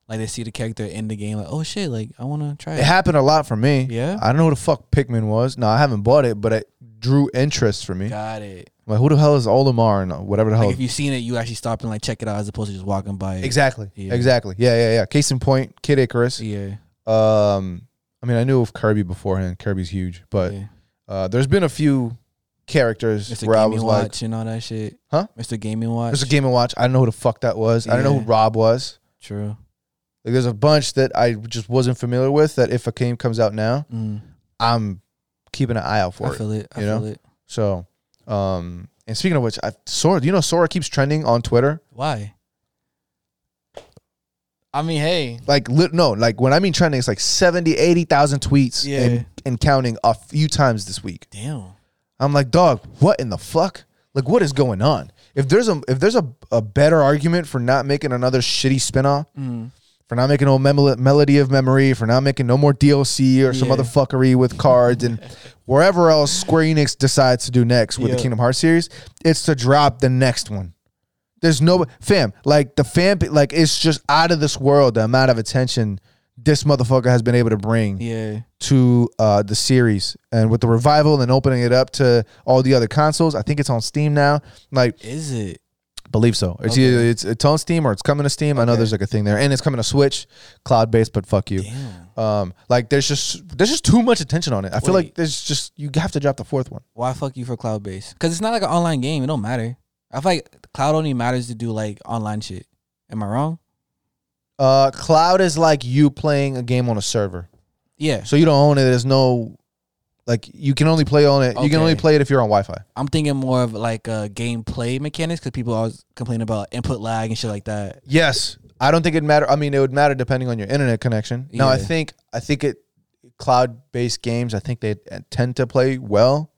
Like they see the character in the game, like oh shit, like I want to try It it. happened a lot for me. Yeah? I don't know who the fuck Pikmin was. No, I haven't bought it, but it drew interest for me. Got it. Like, who the hell is Olimar and whatever the hell? Like if you've seen it, you actually stop and like check it out as opposed to just walking by. It. exactly. Yeah. Exactly. Yeah, yeah, yeah. Case in point, Kid Icarus. Yeah. Um, I mean, I knew of Kirby beforehand. Kirby's huge, but yeah. uh, there's been a few characters Mr. where I Gaming was Watch like, and all that shit. Huh? Mr. Gaming Watch. "There's a Game and Watch." I don't know who the fuck that was. I don't know who Yeah. Rob was. True. Like, there's a bunch that I just wasn't familiar with. That if a game comes out now, Mm. I'm keeping an eye out for I it. feel it. I you feel know? it. So, um, and speaking of which, I Sora, you know Sora keeps trending on Twitter. Why? I mean, hey. Like lit, no, like when I mean trending, it's like 70, 80,000 tweets Yeah. and, and counting a few times this week. Damn. I'm like, dog, what in the fuck? Like what is going on? If there's a if there's a, a better argument for not making another shitty spinoff, Mm. for not making old Memo- melody of memory, for not making no more DLC or some Yeah. other fuckery with cards and wherever else Square Enix decides to do next with the Yeah. Kingdom Hearts series, it's to drop the next one. There's no fam like the fam like it's just out of this world the amount of attention this motherfucker has been able to bring Yeah. to uh, the series and with the revival and opening it up to all the other consoles. I think it's on Steam now. Like Is it? Believe so. It's Okay. either it's, it's on Steam or it's coming to Steam. I know Okay. there's like a thing there, and it's coming to Switch, cloud based. But fuck you. Damn. Um, like there's just there's just too much attention on it. I feel like Wait. there's just you have to drop the fourth one. Why fuck you for cloud base? Because it's not like an online game. It don't matter. I feel like cloud only matters to do like online shit. Am I wrong? Uh, cloud is like you playing a game on a server, Yeah. so you don't own it. There's no like you can only play on it. You can only Okay. play it if you're on Wi-Fi. I'm thinking more of like uh, gameplay mechanics because people always complain about input lag and shit like that. Yes, I don't think it matter. I mean, it would matter depending on your internet connection. Now, I Yeah. think I think it cloud based games. I think they uh, tend to play well.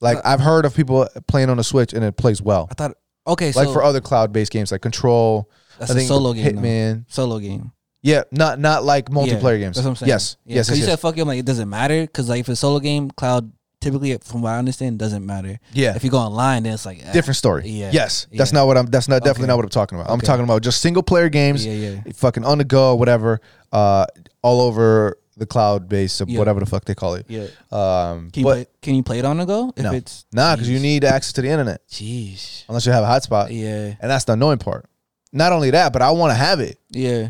Like Uh, I've heard of people playing on a Switch and it plays well. I thought okay, so like for other cloud based games like Control, that's I a think solo game. though. Hitman. Solo game. Yeah, not not like multiplayer games. That's what I'm saying. Yes, Yeah, yes, 'cause yes, you yes. said fuck it. I'm like, it doesn't matter because like if it's a solo game, cloud typically, from what I understand, doesn't matter. yeah. If you go online, then it's like eh. Different story. Yeah. Yes, that's Yeah. not what I'm. That's not definitely Okay. not what I'm talking about. I'm Okay. talking about just single player games. Yeah, yeah. fucking on the go, whatever, uh, all over the cloud base of Yeah. whatever the fuck they call it. Yeah. Um, Can you, but play, can you play it on the go? If No. it's nah, because you Jeez. need access to the internet Jeez. unless you have a hotspot, Yeah. and that's the annoying part. Not only that, but I want to have it, Yeah.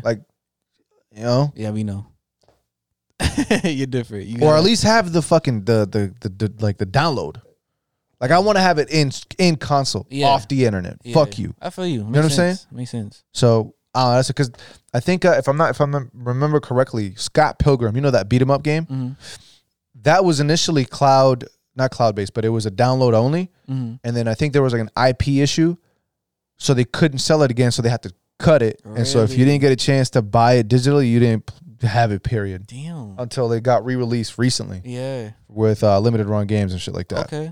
you know, Yeah, we know. You're different. You or gotta- at least have the fucking the the, the, the like the download. Like I want to have it in in console Yeah. off the internet. Yeah. Fuck you. I feel you. Makes know what I'm saying? sense. Makes sense. So uh, that's because I think uh, if I'm not if I remember correctly, Scott Pilgrim, you know that beat 'em up game. hmm that was initially cloud not cloud based but it was a download only hmm and then i think there was like an ip issue so they couldn't sell it again so they had to cut it and so if you Really? didn't get a chance to buy it digitally you didn't p- have it period Damn. until they got re-released recently yeah. with uh, limited run games and shit like that Okay.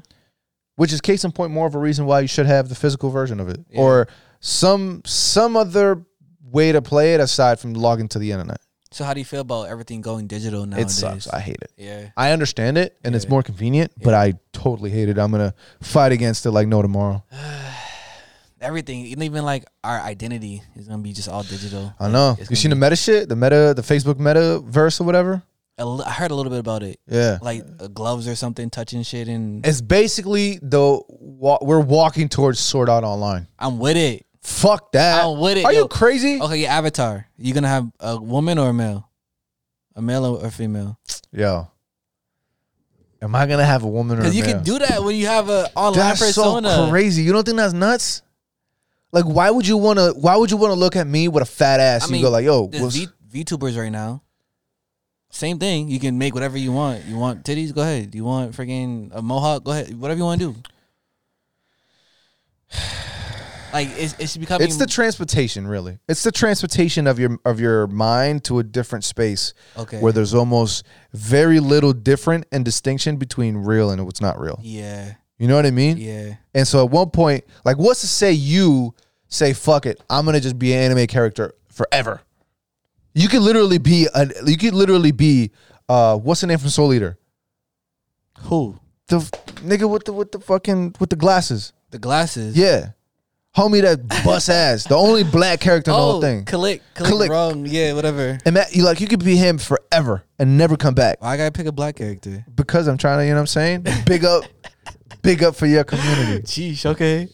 which is case in point more of a reason why you should have the physical version of it Yeah. or some some other way to play it aside from logging to the internet So how do you feel about everything going digital it nowadays? sucks i hate it yeah. I understand it and it's Yeah. more convenient, but I totally hate it. I'm gonna fight against it like no tomorrow. Everything, and even like our identity is gonna be just all digital. I know. It's You gonna seen the be- meta shit, the meta, the Facebook meta verse or whatever. a li- I heard a little bit about it, Yeah, like uh, gloves or something, touching shit, and it's basically the wa- we're walking towards Sword Art Online. I'm with it. Fuck that. I'm with it. Are yo. Oh. you crazy? okay? Your avatar. You gonna have a woman or a male, a male or a female? Yo, am I gonna have a woman or a Because you man? can do that when you have a online that's persona. so crazy. You don't think that's nuts? Like, why would you wanna? Why would you wanna look at me with a fat ass? I and mean, you go like, yo, There's what's- v- VTubers right now. Same thing. You can make whatever you want. You want titties? Go ahead. You want freaking a mohawk? Go ahead. Whatever you want to do. Like it's it's becoming. it's the transportation really it's the transportation of your of your mind to a different space okay. where there's almost very little different and distinction between real and what's not real yeah. you know what i mean Yeah. and so at one point like what's to say you say fuck it i'm gonna just be an anime character forever you could literally be a you could literally be uh what's the name from soul eater Who? the f- nigga with the with the fucking with the glasses The glasses. yeah homie that bust ass, the only black character in the whole thing. Oh, Click, click, Kalik. wrong. Yeah, whatever. And Matt, you like you could be him forever and never come back Why I gotta pick a black character? because I'm trying to. You know what I'm saying? Big up, big up for your community. Sheesh, okay.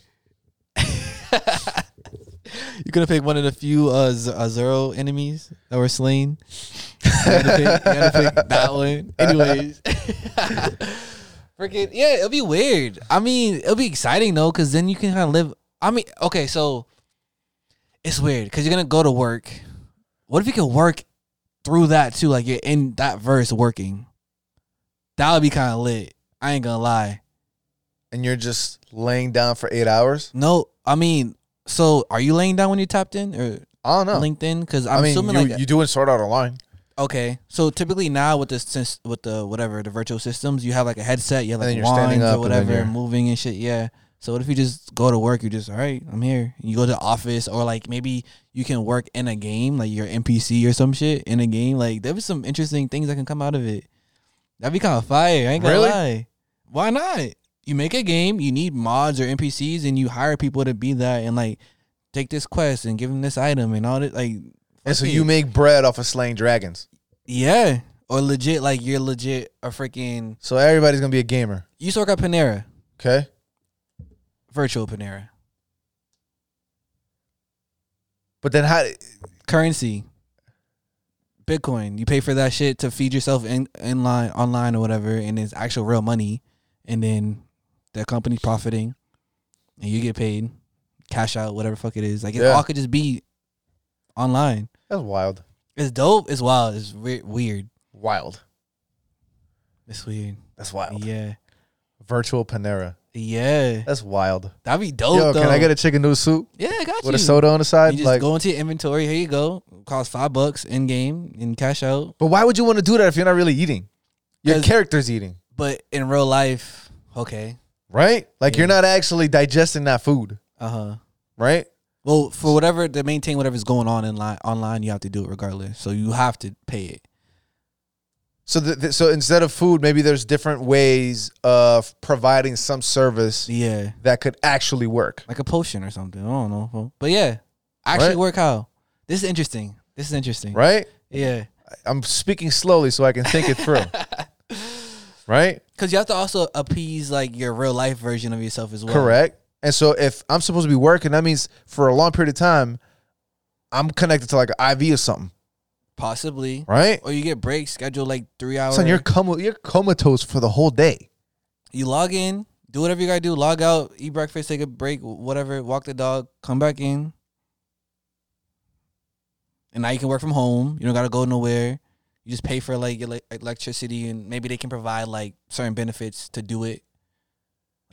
You're gonna pick one of the few uh, Z- uh Zoro enemies that were slain. You gotta pick, you gotta pick that one, anyways. Freaking yeah, it'll be weird. I mean, it'll be exciting though, because then you can kind of live. I mean, okay, so it's weird because you're gonna go to work. What if you could work through that too? Like you're in that verse working. That would be kind of lit. I ain't gonna lie. And you're just laying down for eight hours. No, I mean, so are you laying down when you're tapped in or I don't know. LinkedIn? Because I I'm mean, assuming you, like you doing sort out online. okay. So typically now with the sys- with the whatever the virtual systems, you have like a headset, you have And like then you're standing wands up or and then whatever, you're- moving and shit. Yeah. So what if you just go to work? You just all right. I'm here. You go to the office or like maybe you can work in a game, like your NPC or some shit in a game. Like there was some interesting things that can come out of it. That'd be kind of fire. I ain't gonna Really? lie. Why not? You make a game. You need mods or NPCs, and you hire people to be that and like take this quest and give them this item and all that. Like And so fuck you it. make bread off of slaying dragons. Yeah. Or legit, like you're legit a freaking. So everybody's gonna be a gamer. You used to work at Panera, Okay. virtual Panera. But then how? Currency, Bitcoin. You pay for that shit to feed yourself in, in line, online or whatever, and it's actual real money. And then the company's profiting and you get paid, cash out, whatever fuck it is. Like it Yeah. all could just be online. That's wild. It's dope. It's wild. It's re- weird. Wild. It's weird. That's wild. Yeah. Virtual Panera. Yeah. That's wild. That'd be dope, Yo, Oh, though. can I get a chicken noodle soup yeah, I got with a you. soda on the You side? just Like, go into your inventory. Here you go. Cost five bucks in game and cash out. but why would you want to do that if you're not really eating? Your 'Cause- character's eating, But in real life, okay. right? Like you're not actually digesting that food, Uh huh. right? Well, for whatever to maintain whatever's going on in line online, you have to do it regardless. So you have to pay it. So, th- th- so instead of food, maybe there's different ways of providing some service Yeah, that could actually work. like a potion or something. I don't know. But yeah, actually Right. work how. This is interesting. This is interesting. Right? Yeah, I'm speaking slowly so I can think it through. right? because you have to also appease like your real life version of yourself as well. Correct. And so if I'm supposed to be working, that means for a long period of time, I'm connected to like an IV or something, Possibly. right? Or you get breaks scheduled like three hours. Son, you're coma, you're comatose for the whole day. you log in, do whatever you gotta do, log out, eat breakfast, take a break, whatever, walk the dog, come back in. And now you can work from home. You don't gotta go nowhere. You just pay for like your elec- electricity and maybe they can provide like certain benefits to do it.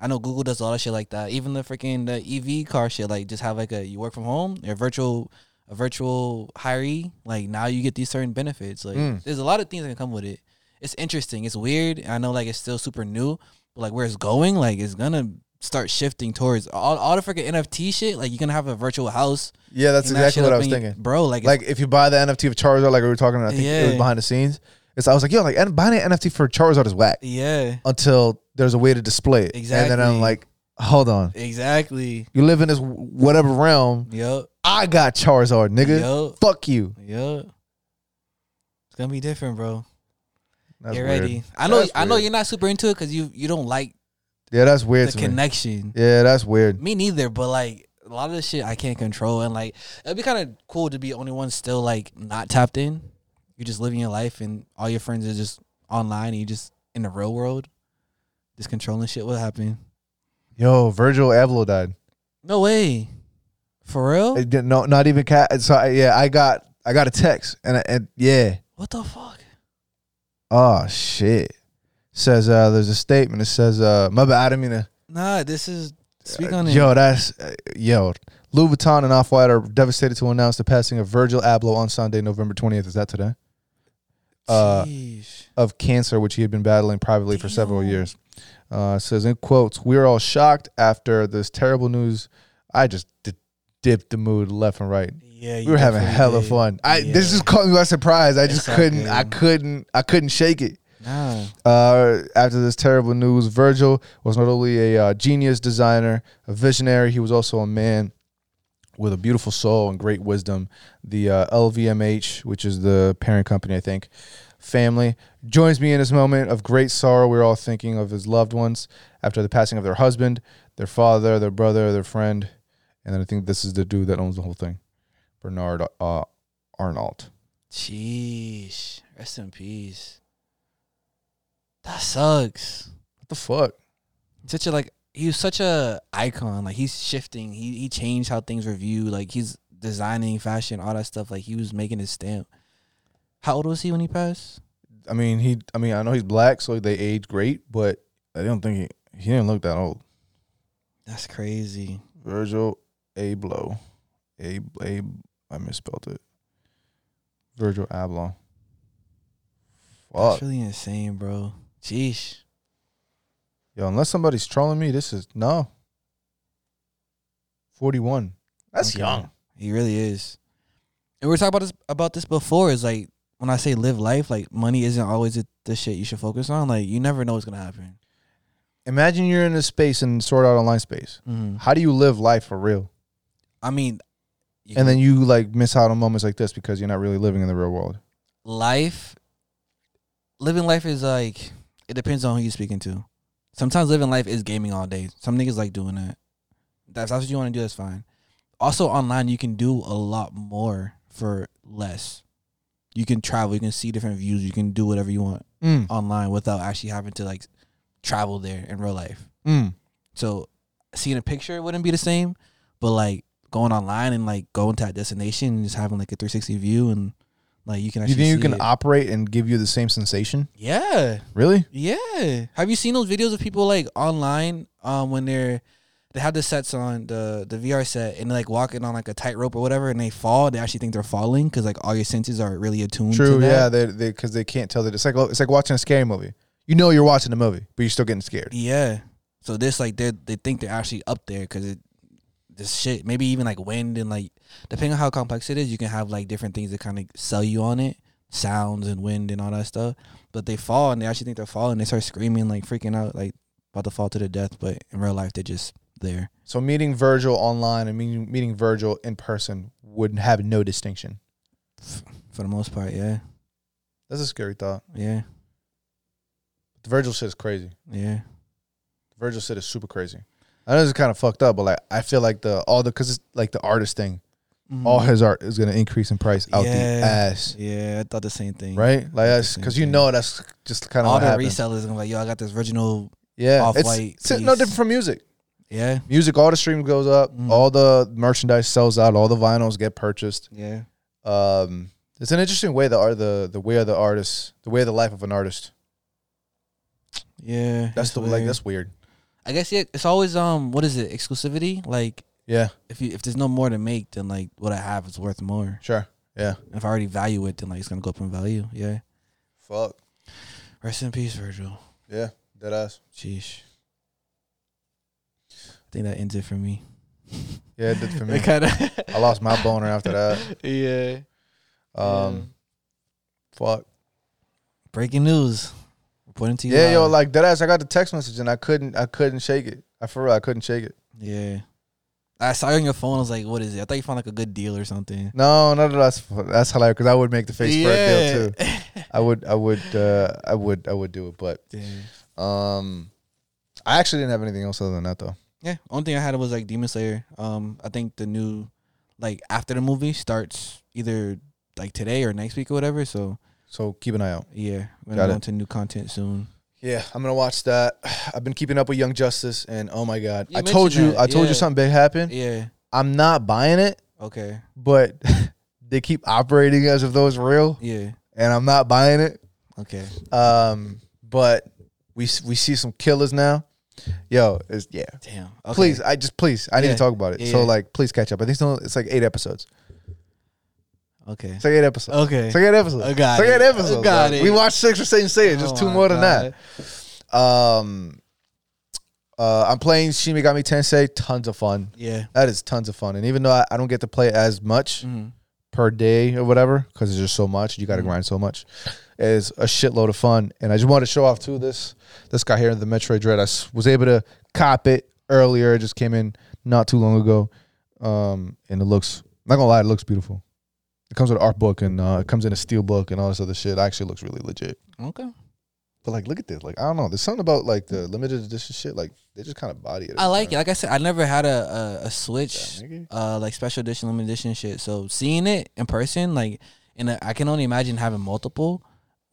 I know Google does all that shit like that. Even the freaking the EV car shit, like just have like a you work from home, your virtual a virtual hiree, like now you get these certain benefits. Like Mm. there's a lot of things that can come with it. It's interesting. It's weird. I know like it's still super new, but like where it's going, like it's gonna start shifting towards all, all the freaking NFT shit. Like you're gonna have a virtual house. Yeah, that's and that exactly shit what up I was in your- thinking. bro. Like, Like if you buy the NFT of Charizard, like we were talking, I think it was Yeah. behind the scenes. It's I was like, yo, like and buying an NFT for Charizard is whack yeah, until there's a way to display it. And then I'm Exactly. like, hold on, exactly. you live in this whatever realm. Yep, I got Charizard, nigga. yep, Fuck you. yep. It's gonna be different, bro. That's get weird. ready. I know. That's I know weird. you're not super into it because you you don't like Yeah, that's weird. the to me. connection. Yeah, that's weird. Me neither, but like a lot of the shit I can't control, and like it'd be kind of cool to be the only one still like not tapped in. You're just living your life, and all your friends are just online, and you just in the real world, just controlling shit. What happened? Yo, Virgil Abloh died. No way, for real? It didn't- no, not even cat. So I, yeah, I got I got a text and I, and yeah. What the fuck? Oh shit. Says uh, there's a statement. It says uh, my bad. I didn't mean to. Nah, this is speak on it. Yo, that's uh, yo. Louis Vuitton and Off White are devastated to announce the passing of Virgil Abloh on Sunday, November 20th. Is that today? uh, Jeez. Of cancer, which he had been battling privately for several Damn. years. Uh, it says in quotes, "We're all shocked after this terrible news." I just di- dipped the mood left and right. yeah, we were having hella fun. I this just caught me by surprise. I just It's all couldn't. I good. couldn't. I couldn't shake it. Nah, Uh, after this terrible news, Virgil was not only a uh, genius designer, a visionary. He was also a man with a beautiful soul and great wisdom. The uh, LVMH, which is the parent company, I think, family, joins me in this moment of great sorrow. We're all thinking of his loved ones after the passing of their husband, their father, their brother, their friend. And then I think this is the dude that owns the whole thing, Bernard uh, Arnault. Jeez. Rest in peace. That sucks. What the fuck? Such a like he was such a icon. Like he's shifting. He he changed how things were viewed. Like he's designing fashion, all that stuff. Like he was making his stamp. How old was he when he passed? I mean, he. I mean, I know he's black, so they age great, but I don't think he, he didn't look that old. That's crazy. Virgil Abloh, Ab, Ab I misspelled it. Virgil Abloh. Fuck, That's really insane, bro. Jeez. yo! Unless somebody's trolling me, this is no. Forty-one. That's Okay. young. He really is. And we were talking about this about this before. Is like when I say live life, like money isn't always the- the shit you should focus on. Like you never know what's gonna happen. Imagine you're in a space and sort out online space. Mhm. How do you live life for real? I mean, you And then you like miss out on moments like this because you're not really living in the real world. life living life is like it depends on who you're speaking to. Sometimes living life is gaming all day. Some niggas like doing that. That's, that's what you want to do, that's fine. Also online you can do a lot more for less. You can travel, you can see different views, you can do whatever you want Mm, online without actually having to like travel there in real life. mm. So seeing a picture wouldn't be the same, but like going online and like going to that destination and just having like a 360 view and like you can You actually think you see can it. operate and give you the same sensation? Yeah. Really? Yeah. Have you seen those videos of people like online um when they're they have the sets on the the VR set and they're like walking on like a tightrope or whatever and they fall, they actually think they're falling because like all your senses are really attuned Mm, to True. Yeah. that. They they because they can't tell that it's like it's like watching a scary movie. You know you're watching a movie, but you're still getting scared. Yeah. So this like they they think they're actually up there because it this shit maybe even like wind and like depending on how complex it is, you can have like different things that kind of sell you on it, sounds and wind and all that stuff. But they fall and they actually think they're falling. They start screaming like freaking out like about to fall to their death, but in real life they're just there. So meeting Virgil online and meeting meeting Virgil in person would have no distinction. For the most part, yeah. That's a scary thought. Yeah. The Virgil shit is crazy. Yeah. The Virgil shit is super crazy. I know this is kind of fucked up, but like I feel like the all the because it's like the artist thing. All his art is gonna increase in price out Mm. Yeah. the ass, Yeah, I thought the same thing. right? Like that's Interesting because you thing. know that's just kind of All what the happened. resellers gonna be like, yo, I got this original yeah, it's, off-white it's no piece. different from music. Yeah. Music, all the stream goes up, Mhm. all the merchandise sells out, all the vinyls get purchased. Yeah. um, it's an interesting way the art, the the way of the artist, the way of the life of an artist. Yeah. That's it's the like weird. that's weird. I guess yeah, it's always um what is it? Exclusivity? Like Yeah, if you if there's no more to make, then like what I have is worth more. sure. Yeah, If I already value it, then like it's gonna go up in value. Yeah. fuck. Rest in peace, Virgil. Yeah, dead ass. Sheesh. I think that ends it for me. Yeah, it did for me. It kinda I lost my boner after that. Yeah. Um, fuck. Breaking news. Reporting to you. Yeah, yo, live. like dead ass. I got the text message and I couldn't, I couldn't shake it. I for real, I couldn't shake it. Yeah. I saw it on your phone. I was like, what is it? I thought you found like a good deal or something. No, no, no, that's that's hilarious because I would make the face yeah. deal too. I would, I would, uh, I would, I would do it. But Yeah. um, I actually didn't have anything else other than that though. Yeah. Only thing I had was like Demon Slayer. Um, I think the new, like after the movie starts either like today or next week or whatever. So So keep an eye out. yeah, we're Got gonna it. go into new content soon. Yeah, I'm gonna watch that. I've been keeping up with Young Justice, and oh my god, You I told you, mentioned that, I told yeah. you something big happened. Yeah. I'm not buying it, Okay. but they keep operating as if those real, Yeah. and I'm not buying it. Okay. Um, but we s- we see some killers now. Yo, it's, yeah. Damn. Okay. Please, I just please, I need Yeah. to talk about it. Yeah, so yeah. like, please catch up. I think it's, only, it's like eight episodes. Okay. It's like eight episodes. Okay. It's like eight episodes. I got it's like eight it. I episodes. got dog. it. We watched six or seven series, Oh just two my more than that. God. Um, uh, I'm playing Shin Megami Tensei. Tons of fun. Yeah. That is tons of fun. And even though I, I don't get to play as much Mhm. per day or whatever, because there's just so much, you got to Mhm. grind so much. It's a shitload of fun. And I just want to show off too this this guy here in the Metroid Dread. I s- was able to cop it earlier. It just came in not too long ago. um, and it looks. I'm not gonna lie, it looks beautiful. It comes with an art book and uh, it comes in a steel book and all this other shit. It actually looks really legit. Okay. But like, look at this. Like, I don't know. There's something about like the limited edition shit. Like, they just kind of body it. I like it. Like I said, I never had a a, a Switch, Yeah, nigga. uh, like special edition, limited edition shit. So seeing it in person, like, and I can only imagine having multiple.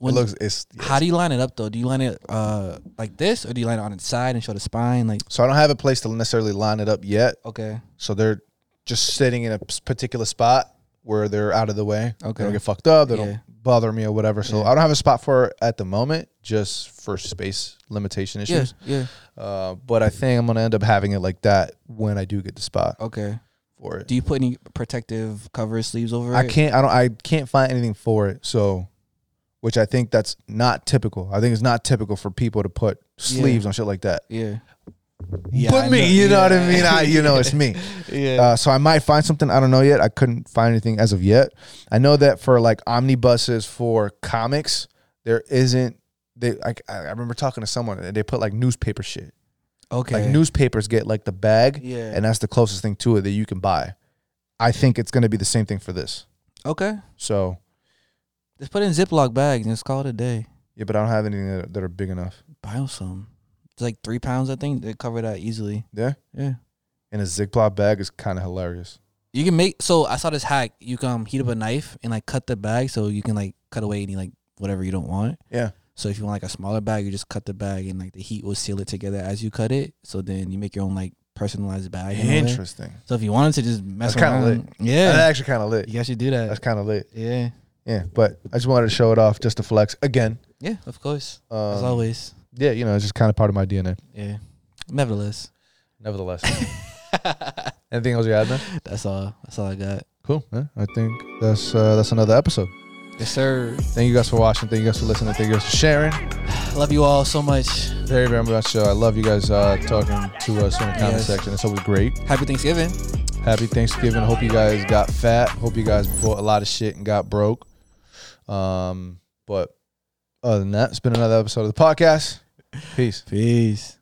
It looks. It's. yeah, How do you line it up though? Do you line it uh like this, or do you line it on its side and show the spine? Like, So I don't have a place to necessarily line it up yet. okay, So they're just sitting in a p- particular spot where they're out of the way. Okay. They don't get fucked up. They Yeah. don't bother me or whatever. So I don't have a spot for it at the moment, just for space limitation yeah, issues. yeah, Uh, but I think I'm gonna end up having it like that when I do get the spot okay. for it. Do you put any protective cover sleeves over I it? can't. I don't. I can't find anything for it. So, which I think that's not typical. I think it's not typical for people to put sleeves on shit like that. Yeah. but I me, know- you know what I yeah. mean. I, you know, it's me. yeah. Uh, so I might find something. I don't know yet. I couldn't find anything as of yet. I know that for like omnibuses for comics, there isn't. They. I, I remember talking to someone and they put like newspaper shit. okay. Like newspapers get like the bag, Yeah. and that's the closest thing to it that you can buy. I think it's going to be the same thing for this. okay. So Just put it in Ziploc bags and just call it a day. yeah, but I don't have anything that, that are big enough. Buy 'em some. It's like three pounds, I think. They cover that easily. Yeah, Yeah. and a Ziploc bag is kind of hilarious. You can make so I saw this hack. You can um, heat up a knife and like cut the bag so you can like cut away any like whatever you don't want. Yeah. So if you want like a smaller bag, you just cut the bag and like the heat will seal it together as you cut it. So then you make your own like personalized bag. in a way. Interesting. So if you wanted to just mess That's kinda around, lit. That's yeah, actually kind of lit. you guys should do that. That's kind of lit. yeah, Yeah, but I just wanted to show it off just to flex again. yeah, of course, as Um, always. yeah, you know, it's just kind of part of my DNA. Yeah, nevertheless, Nevertheless, anything else you add, man? that's all. That's all I got. Cool. man. I think that's uh, that's another episode. Yes, sir. Thank you guys for watching. Thank you guys for listening. Thank you guys for sharing. Love you all so much. Very very much. Uh, I love you guys uh, talking to us in the comment Yes. section. It's always great. Happy Thanksgiving. Happy Thanksgiving. Hope you guys got fat. Hope you guys bought a lot of shit and got broke. Um, but other than that, it's been another episode of the podcast. Peace. Peace.